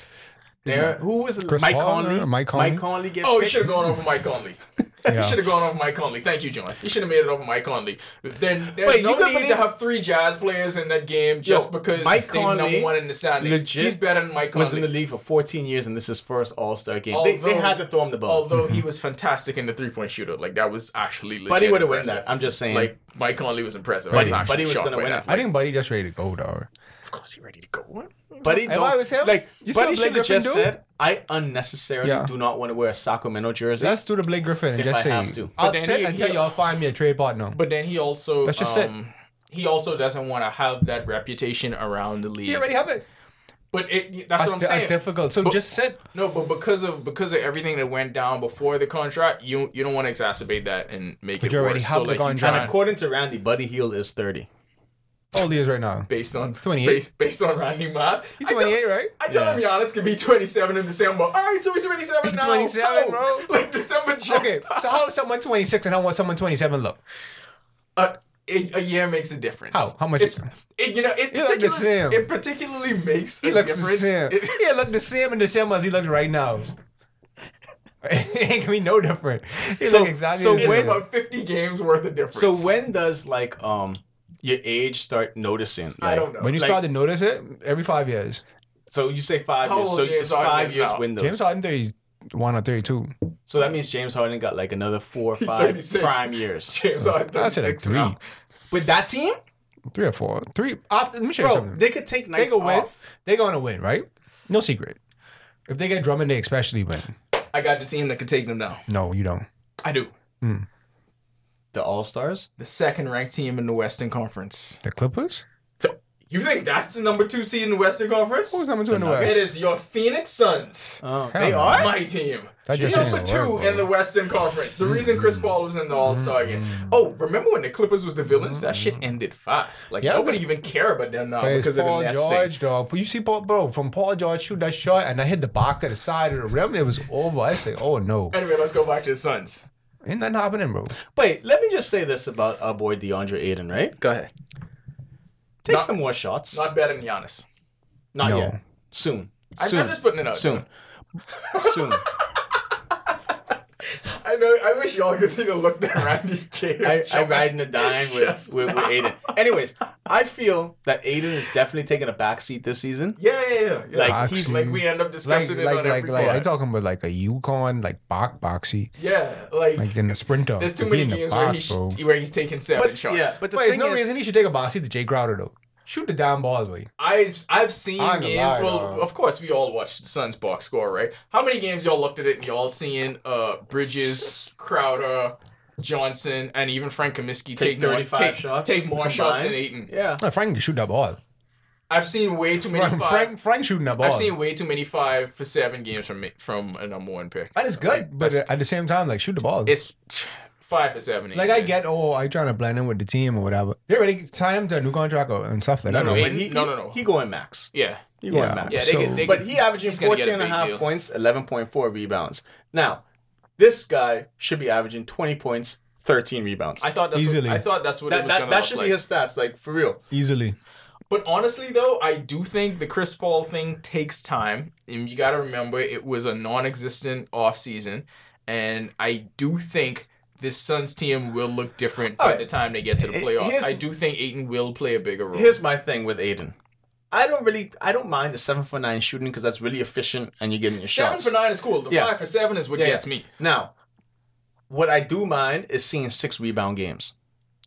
[SPEAKER 1] He's
[SPEAKER 2] There, who was the
[SPEAKER 3] Chris
[SPEAKER 2] Mike
[SPEAKER 3] Paul,
[SPEAKER 2] Conley?
[SPEAKER 3] uh, Mike Conley?
[SPEAKER 2] Mike Conley get
[SPEAKER 1] oh, you
[SPEAKER 2] picked.
[SPEAKER 1] should have gone over Mike Conley. You
[SPEAKER 3] Yeah.
[SPEAKER 1] should have gone off Mike Conley. Thank you, John. You should have made it off Mike Conley. Then there's
[SPEAKER 2] Wait,
[SPEAKER 1] no
[SPEAKER 2] you can't
[SPEAKER 1] need to
[SPEAKER 2] believe-
[SPEAKER 1] have three Jazz players in that game just because
[SPEAKER 2] Mike
[SPEAKER 1] they're
[SPEAKER 2] Conley
[SPEAKER 1] number one in the standings.
[SPEAKER 2] legit
[SPEAKER 1] He's better than Mike
[SPEAKER 2] was in the
[SPEAKER 1] Conley.
[SPEAKER 2] league for 14 years, and this is first All Star game. they, they
[SPEAKER 1] Although-
[SPEAKER 2] had to throw him the ball.
[SPEAKER 1] Although he was fantastic in the three point shooter, like that was actually legit.
[SPEAKER 2] but he would have won
[SPEAKER 1] impressive.
[SPEAKER 2] that. I'm just saying.
[SPEAKER 1] Like Mike Conley was impressive.
[SPEAKER 3] Buddy-
[SPEAKER 1] I was
[SPEAKER 2] Buddy was gonna win it.
[SPEAKER 3] I think Buddy just ready to go though.
[SPEAKER 1] Of course, he ready to go. What?
[SPEAKER 2] Buddy,
[SPEAKER 3] if I was him,
[SPEAKER 2] like
[SPEAKER 3] you see
[SPEAKER 2] Buddy
[SPEAKER 3] what Blake
[SPEAKER 2] should have
[SPEAKER 3] Griffin
[SPEAKER 2] just
[SPEAKER 3] do?
[SPEAKER 2] said, "I unnecessarily
[SPEAKER 3] Yeah.
[SPEAKER 2] do not want to wear a Sacramento jersey."
[SPEAKER 3] Let's do the Blake Griffin and
[SPEAKER 2] If
[SPEAKER 3] just
[SPEAKER 2] I
[SPEAKER 3] say
[SPEAKER 2] have to.
[SPEAKER 3] I'll
[SPEAKER 1] But then
[SPEAKER 3] sit
[SPEAKER 1] he-
[SPEAKER 3] until
[SPEAKER 1] he-
[SPEAKER 3] y'all find me a trade partner.
[SPEAKER 1] But then he also
[SPEAKER 3] That's just it.
[SPEAKER 1] um, He also doesn't want to have that reputation around the league.
[SPEAKER 3] you already have it.
[SPEAKER 1] but it, that's
[SPEAKER 3] That's,
[SPEAKER 1] what I'm
[SPEAKER 3] di- that's
[SPEAKER 1] saying.
[SPEAKER 3] difficult. So
[SPEAKER 1] But-
[SPEAKER 3] just sit.
[SPEAKER 1] No, but because of because of everything that went down before the contract, you you don't want to exacerbate that and make
[SPEAKER 3] But
[SPEAKER 1] it
[SPEAKER 3] you
[SPEAKER 1] worse.
[SPEAKER 3] already have
[SPEAKER 1] so
[SPEAKER 3] the
[SPEAKER 1] like you
[SPEAKER 3] contract.
[SPEAKER 2] and
[SPEAKER 1] try
[SPEAKER 2] according to Randy, Buddy Heald is 30.
[SPEAKER 3] All these right now.
[SPEAKER 1] based on
[SPEAKER 3] 28.
[SPEAKER 1] based, based on Randy Matt.
[SPEAKER 3] He's 28, right?
[SPEAKER 1] I tell him Giannis could be 27 in December. All right, so he's 27
[SPEAKER 3] He's
[SPEAKER 1] now.
[SPEAKER 3] 27,
[SPEAKER 1] How? Like December just
[SPEAKER 3] Okay, so how is someone 26 and how was someone 27 look?
[SPEAKER 1] a, uh, a, a year makes a difference.
[SPEAKER 3] How? How much-
[SPEAKER 1] It's, it, you know, it,
[SPEAKER 3] He look the
[SPEAKER 1] particularly,
[SPEAKER 3] same.
[SPEAKER 1] it particularly makes
[SPEAKER 3] He
[SPEAKER 1] a
[SPEAKER 3] looks
[SPEAKER 1] difference.
[SPEAKER 3] the
[SPEAKER 1] It-
[SPEAKER 3] same. He look the same in December as he looks right now. it ain't gonna be no different. He
[SPEAKER 2] So-
[SPEAKER 3] look exactly
[SPEAKER 2] so
[SPEAKER 3] the
[SPEAKER 1] it's
[SPEAKER 3] same.
[SPEAKER 2] when-
[SPEAKER 1] about 50 games worth of difference.
[SPEAKER 2] So when does like um your age start noticing? Like,
[SPEAKER 1] I don't know.
[SPEAKER 3] When you
[SPEAKER 2] like-
[SPEAKER 3] start to notice it, every five years.
[SPEAKER 2] So you say five
[SPEAKER 1] How
[SPEAKER 2] years.
[SPEAKER 1] old
[SPEAKER 2] So
[SPEAKER 1] James
[SPEAKER 2] it's
[SPEAKER 1] Harden
[SPEAKER 2] five
[SPEAKER 1] is
[SPEAKER 2] years
[SPEAKER 1] now?
[SPEAKER 2] windows.
[SPEAKER 3] James Harden 31 or 32.
[SPEAKER 2] so that means James Harden got like another four or five
[SPEAKER 1] 36.
[SPEAKER 2] prime years.
[SPEAKER 1] James Harden
[SPEAKER 3] I'd say like
[SPEAKER 1] 36
[SPEAKER 3] three.
[SPEAKER 1] now.
[SPEAKER 2] With that team,
[SPEAKER 3] Three or four. Three. After, let me show you
[SPEAKER 2] bro,
[SPEAKER 3] something.
[SPEAKER 2] they could take
[SPEAKER 3] they
[SPEAKER 2] nights
[SPEAKER 3] go win.
[SPEAKER 2] off.
[SPEAKER 3] They're gonna win, right? No secret. If they get Drummond, they especially win.
[SPEAKER 1] I got the team that could take them down.
[SPEAKER 3] No, you don't.
[SPEAKER 1] I do.
[SPEAKER 2] The All Stars.
[SPEAKER 1] The second ranked team in the Western Conference.
[SPEAKER 3] The Clippers?
[SPEAKER 1] So you think that's the number two seed in the Western Conference?
[SPEAKER 3] Who's number two in the West?
[SPEAKER 2] Nuggets.
[SPEAKER 1] It is your Phoenix Suns.
[SPEAKER 2] Oh,
[SPEAKER 3] Hell
[SPEAKER 2] they
[SPEAKER 3] no.
[SPEAKER 2] are.
[SPEAKER 1] My team.
[SPEAKER 3] That just
[SPEAKER 1] number
[SPEAKER 3] ain't
[SPEAKER 1] two
[SPEAKER 3] gonna work,
[SPEAKER 1] in the Western Conference. The reason Chris
[SPEAKER 3] Mm-hmm.
[SPEAKER 1] Paul was in the All Star game. Oh, remember when the Clippers was the villains? That shit ended fast. Like
[SPEAKER 3] Mm-hmm. Yeah,
[SPEAKER 1] nobody even care about them now
[SPEAKER 3] But it's
[SPEAKER 1] Oh, because of the
[SPEAKER 3] Paul
[SPEAKER 1] Nets
[SPEAKER 3] George,
[SPEAKER 1] thing.
[SPEAKER 3] dog. But you see, Paul, bro, from Paul George shoot that shot, and I hit the back of the side of the rim. It was over. I say, oh no,
[SPEAKER 1] Anyway, let's go back to the Suns.
[SPEAKER 3] ain't nothing happening, bro.
[SPEAKER 2] Wait, let me just say this about our boy DeAndre Aiden. Right,
[SPEAKER 1] Go ahead.
[SPEAKER 2] take
[SPEAKER 1] Not-
[SPEAKER 2] some more shots. Not,
[SPEAKER 1] Not better than Giannis.
[SPEAKER 3] No.
[SPEAKER 2] yet. Soon.
[SPEAKER 1] I,
[SPEAKER 2] soon.
[SPEAKER 1] I'm just putting it out.
[SPEAKER 2] soon.
[SPEAKER 1] there.
[SPEAKER 2] soon.
[SPEAKER 1] I know. I wish y'all could see the look that Randy gave.
[SPEAKER 2] I, I riding a dime with,
[SPEAKER 1] Just
[SPEAKER 2] with, with
[SPEAKER 1] now.
[SPEAKER 2] Aiden. Anyways, I feel that Aiden is definitely taking a backseat this season.
[SPEAKER 1] Yeah, yeah, yeah. yeah.
[SPEAKER 2] Like,
[SPEAKER 1] Like,
[SPEAKER 3] he's-
[SPEAKER 1] like we end up
[SPEAKER 3] Like,
[SPEAKER 1] discussing it
[SPEAKER 3] like,
[SPEAKER 1] on
[SPEAKER 3] like,
[SPEAKER 1] every
[SPEAKER 3] like,
[SPEAKER 1] pod.
[SPEAKER 3] I talking about like a Yukon, like box boxy,
[SPEAKER 1] yeah, like,
[SPEAKER 3] like in the sprinter.
[SPEAKER 1] there's too
[SPEAKER 3] He
[SPEAKER 1] many
[SPEAKER 3] in the
[SPEAKER 1] games where
[SPEAKER 3] box,
[SPEAKER 1] he sh-
[SPEAKER 3] bro.
[SPEAKER 1] where he's taking seven
[SPEAKER 2] But,
[SPEAKER 1] shots.
[SPEAKER 2] yeah, but the
[SPEAKER 3] Wait, there's
[SPEAKER 2] thing
[SPEAKER 3] no
[SPEAKER 2] is,
[SPEAKER 3] reason he should take a boxy to Jay Crowder though. Shoot the damn ball, boy.
[SPEAKER 1] I've I've seen
[SPEAKER 3] I ain't gonna
[SPEAKER 1] games.
[SPEAKER 3] lie,
[SPEAKER 1] well,
[SPEAKER 3] dog.
[SPEAKER 1] of course we all watched the Suns box score, right? How many games y'all looked at it and y'all seeing uh Bridges, Crowder, Johnson, and even Frank Kaminsky take, more
[SPEAKER 2] 35
[SPEAKER 1] take,
[SPEAKER 2] shots
[SPEAKER 1] take more shots than Aiton.
[SPEAKER 2] combined. Yeah.
[SPEAKER 3] No, Frank can shoot that ball.
[SPEAKER 1] I've seen way too many
[SPEAKER 3] Frank,
[SPEAKER 1] five.
[SPEAKER 3] Frank, Frank shooting that ball.
[SPEAKER 1] I've seen way too many five for seven games from from a number one pick.
[SPEAKER 3] and it's good, but at the same time, like shoot the ball.
[SPEAKER 1] It's five for seven.
[SPEAKER 3] Like I get, oh, I trying to blend in with the team or whatever. They already tie him to a new contract or, and stuff like
[SPEAKER 2] No,
[SPEAKER 3] that.
[SPEAKER 2] no,
[SPEAKER 1] no,
[SPEAKER 2] when
[SPEAKER 1] he-
[SPEAKER 2] he,
[SPEAKER 1] no, no, no.
[SPEAKER 2] He going max.
[SPEAKER 1] yeah.
[SPEAKER 2] He going
[SPEAKER 3] Yeah.
[SPEAKER 2] max.
[SPEAKER 1] Yeah, they
[SPEAKER 3] So-
[SPEAKER 1] can, they
[SPEAKER 2] but
[SPEAKER 1] can-
[SPEAKER 2] he averaging
[SPEAKER 1] he's gonna get a
[SPEAKER 2] 14 and a
[SPEAKER 1] big
[SPEAKER 2] half
[SPEAKER 1] deal.
[SPEAKER 2] points, 11.4 rebounds. Now, this guy should be averaging 20 points, 13 rebounds.
[SPEAKER 1] I thought that's
[SPEAKER 3] Easily.
[SPEAKER 1] What, I thought that's what it
[SPEAKER 2] that
[SPEAKER 1] was
[SPEAKER 2] that,
[SPEAKER 1] gonna
[SPEAKER 2] that
[SPEAKER 1] look
[SPEAKER 2] should
[SPEAKER 1] like.
[SPEAKER 2] be his stats, like, for real.
[SPEAKER 3] Easily.
[SPEAKER 1] But honestly, though, I do think the Chris Paul thing takes time. And you got to remember, it was a non existent offseason. And I do think this Suns team will look different by
[SPEAKER 2] Alright.
[SPEAKER 1] the time they get to the
[SPEAKER 2] H-
[SPEAKER 1] playoffs.
[SPEAKER 2] here's-
[SPEAKER 1] I do think Aiton will play a bigger role.
[SPEAKER 2] Here's my thing with Aiden. I don't really, I don't mind the seven for nine shooting because that's really efficient and you're getting your
[SPEAKER 1] seven
[SPEAKER 2] shots.
[SPEAKER 1] for nine is cool. The
[SPEAKER 2] Yeah.
[SPEAKER 1] five for seven is what
[SPEAKER 2] Yeah.
[SPEAKER 1] gets me.
[SPEAKER 2] Now, what I do mind is seeing six rebound games.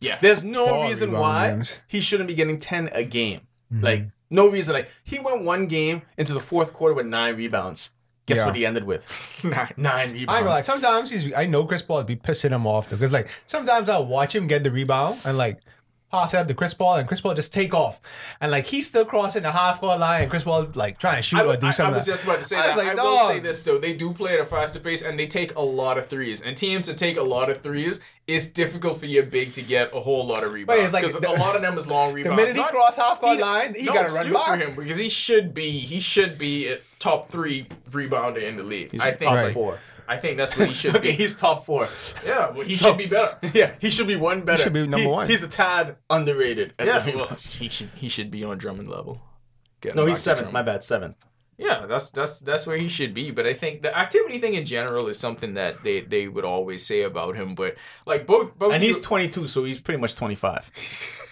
[SPEAKER 1] Yeah.
[SPEAKER 2] There's no
[SPEAKER 3] Four
[SPEAKER 2] reason
[SPEAKER 3] rebound
[SPEAKER 2] why
[SPEAKER 3] games.
[SPEAKER 2] he shouldn't be getting 10 a game.
[SPEAKER 3] Mm-hmm.
[SPEAKER 2] Like, no reason. Like, he went one game into the fourth quarter with nine rebounds. Guess
[SPEAKER 3] Yeah.
[SPEAKER 2] what he ended with?
[SPEAKER 1] Nine.
[SPEAKER 2] Nine
[SPEAKER 3] I ain't
[SPEAKER 2] rebounds.
[SPEAKER 3] gonna lie. Sometimes he's, I know Chris Paul be pissing him off though, because like sometimes I'll watch him get the rebound and like pass it up to Chris Paul, and Chris Pall just take off, and like he's still crossing the half court line, and Chris Paul like trying to shoot
[SPEAKER 1] I,
[SPEAKER 3] or do
[SPEAKER 1] I- I
[SPEAKER 3] something.
[SPEAKER 1] was just about to say
[SPEAKER 3] I was
[SPEAKER 1] that.
[SPEAKER 3] like,
[SPEAKER 1] I will
[SPEAKER 3] dog.
[SPEAKER 1] say this though: they do play at a faster pace, and they take a lot of threes. And teams that take a lot of threes, it's difficult for your big to get a whole lot of rebounds.
[SPEAKER 3] it's like
[SPEAKER 1] because
[SPEAKER 3] the-
[SPEAKER 1] a lot of them is long
[SPEAKER 3] the
[SPEAKER 1] rebounds.
[SPEAKER 3] minute he
[SPEAKER 1] Not-
[SPEAKER 3] cross half court
[SPEAKER 1] he-
[SPEAKER 3] line, he
[SPEAKER 1] no
[SPEAKER 3] gotta run
[SPEAKER 1] excuse for
[SPEAKER 3] back.
[SPEAKER 1] him because he should be he should be a top three rebounder in the league.
[SPEAKER 2] He's
[SPEAKER 1] I think
[SPEAKER 2] top
[SPEAKER 3] Right.
[SPEAKER 2] four.
[SPEAKER 1] I think that's what he should be.
[SPEAKER 2] Okay, he's top four.
[SPEAKER 1] Yeah, well, he
[SPEAKER 2] So-
[SPEAKER 1] should be better.
[SPEAKER 2] Yeah, he should be one better.
[SPEAKER 3] should be number
[SPEAKER 2] He-
[SPEAKER 3] one.
[SPEAKER 2] He's a tad underrated. at the
[SPEAKER 1] Yeah,
[SPEAKER 2] rebound.
[SPEAKER 1] well, he should he should be on Drummond level. Get
[SPEAKER 2] no,
[SPEAKER 1] him back
[SPEAKER 2] he's
[SPEAKER 1] to
[SPEAKER 2] seventh. My
[SPEAKER 1] Drummond.
[SPEAKER 2] bad, seventh.
[SPEAKER 1] Yeah, that's that's that's where he should be. But I think the activity thing in general is something that they, they would always say about him. But like both both
[SPEAKER 2] And
[SPEAKER 1] you-
[SPEAKER 2] he's 22, so he's pretty much 25.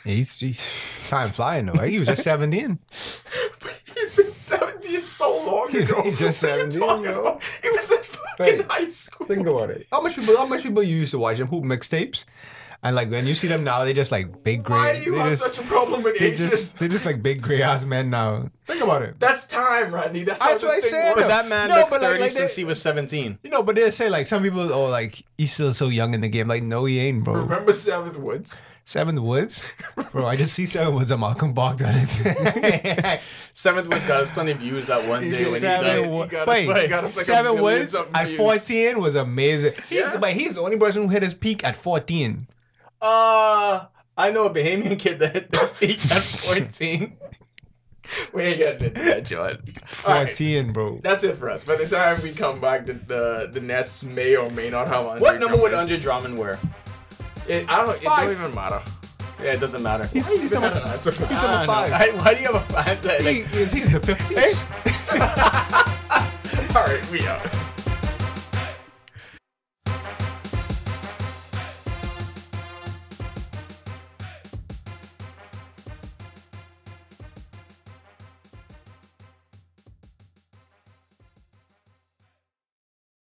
[SPEAKER 3] He's, he's time flying though. Right? He was just 17.
[SPEAKER 1] he's been seventeen so long
[SPEAKER 3] He's-
[SPEAKER 1] ago.
[SPEAKER 3] he's just
[SPEAKER 1] What are you
[SPEAKER 3] 17,
[SPEAKER 1] talking
[SPEAKER 3] yo.
[SPEAKER 1] about? He was in fucking
[SPEAKER 3] Hey,
[SPEAKER 1] high school.
[SPEAKER 3] Think about it. How much people? How much people used to watch them hoop mixtapes? And like when you see them now, they just like big gray.
[SPEAKER 1] Why do you
[SPEAKER 3] they
[SPEAKER 1] have
[SPEAKER 3] just,
[SPEAKER 1] such a problem with
[SPEAKER 3] they
[SPEAKER 1] Asians?
[SPEAKER 3] just they just like big gray ass men now. Think about it.
[SPEAKER 1] That's time, Rodney. That's,
[SPEAKER 3] That's
[SPEAKER 1] how
[SPEAKER 3] what I
[SPEAKER 1] this thing
[SPEAKER 3] said.
[SPEAKER 1] works.
[SPEAKER 2] But that man
[SPEAKER 3] No,
[SPEAKER 2] looked
[SPEAKER 3] but like-
[SPEAKER 2] 30
[SPEAKER 3] like
[SPEAKER 2] since
[SPEAKER 3] they-
[SPEAKER 2] he was 17.
[SPEAKER 3] You know, but they say like some people, oh, like he's still so young in the game. Like, no, he ain't, bro.
[SPEAKER 1] Remember Seventh Woods?
[SPEAKER 3] Seven Woods, bro. I just see Seven Woods and Malcolm Bogdan. It's-
[SPEAKER 2] Seventh Woods got us plenty of views that one day when he
[SPEAKER 1] Seven
[SPEAKER 2] died.
[SPEAKER 3] Seven Woods.
[SPEAKER 1] got us-
[SPEAKER 3] Wait,
[SPEAKER 1] he got us like a
[SPEAKER 3] Seven
[SPEAKER 1] million
[SPEAKER 3] Woods
[SPEAKER 1] something
[SPEAKER 3] at
[SPEAKER 1] views.
[SPEAKER 3] fourteen was amazing. He's,
[SPEAKER 1] Yeah.
[SPEAKER 3] But he's the only person who hit his peak at fourteen.
[SPEAKER 2] Uh, I know a Bahamian kid that hit their peak at 14.
[SPEAKER 1] We ain't getting into that, John. All right.
[SPEAKER 3] Fourteen, bro.
[SPEAKER 1] That's it for us. By the time we come back, the the, the Nets may or may not have Andre
[SPEAKER 2] What number would
[SPEAKER 1] Drummond.
[SPEAKER 2] Andre Drummond wear?
[SPEAKER 1] It, I don't. It
[SPEAKER 3] Five.
[SPEAKER 1] don't even matter.
[SPEAKER 2] Yeah, it doesn't matter.
[SPEAKER 3] He's, he's
[SPEAKER 1] Even
[SPEAKER 3] number.
[SPEAKER 1] an answer for
[SPEAKER 3] He's
[SPEAKER 1] that.
[SPEAKER 3] number
[SPEAKER 2] I know.
[SPEAKER 3] five.
[SPEAKER 2] I- Ah, why do you have a five? That,
[SPEAKER 3] He,
[SPEAKER 2] like,
[SPEAKER 3] he's the fifth.
[SPEAKER 1] All right, we out.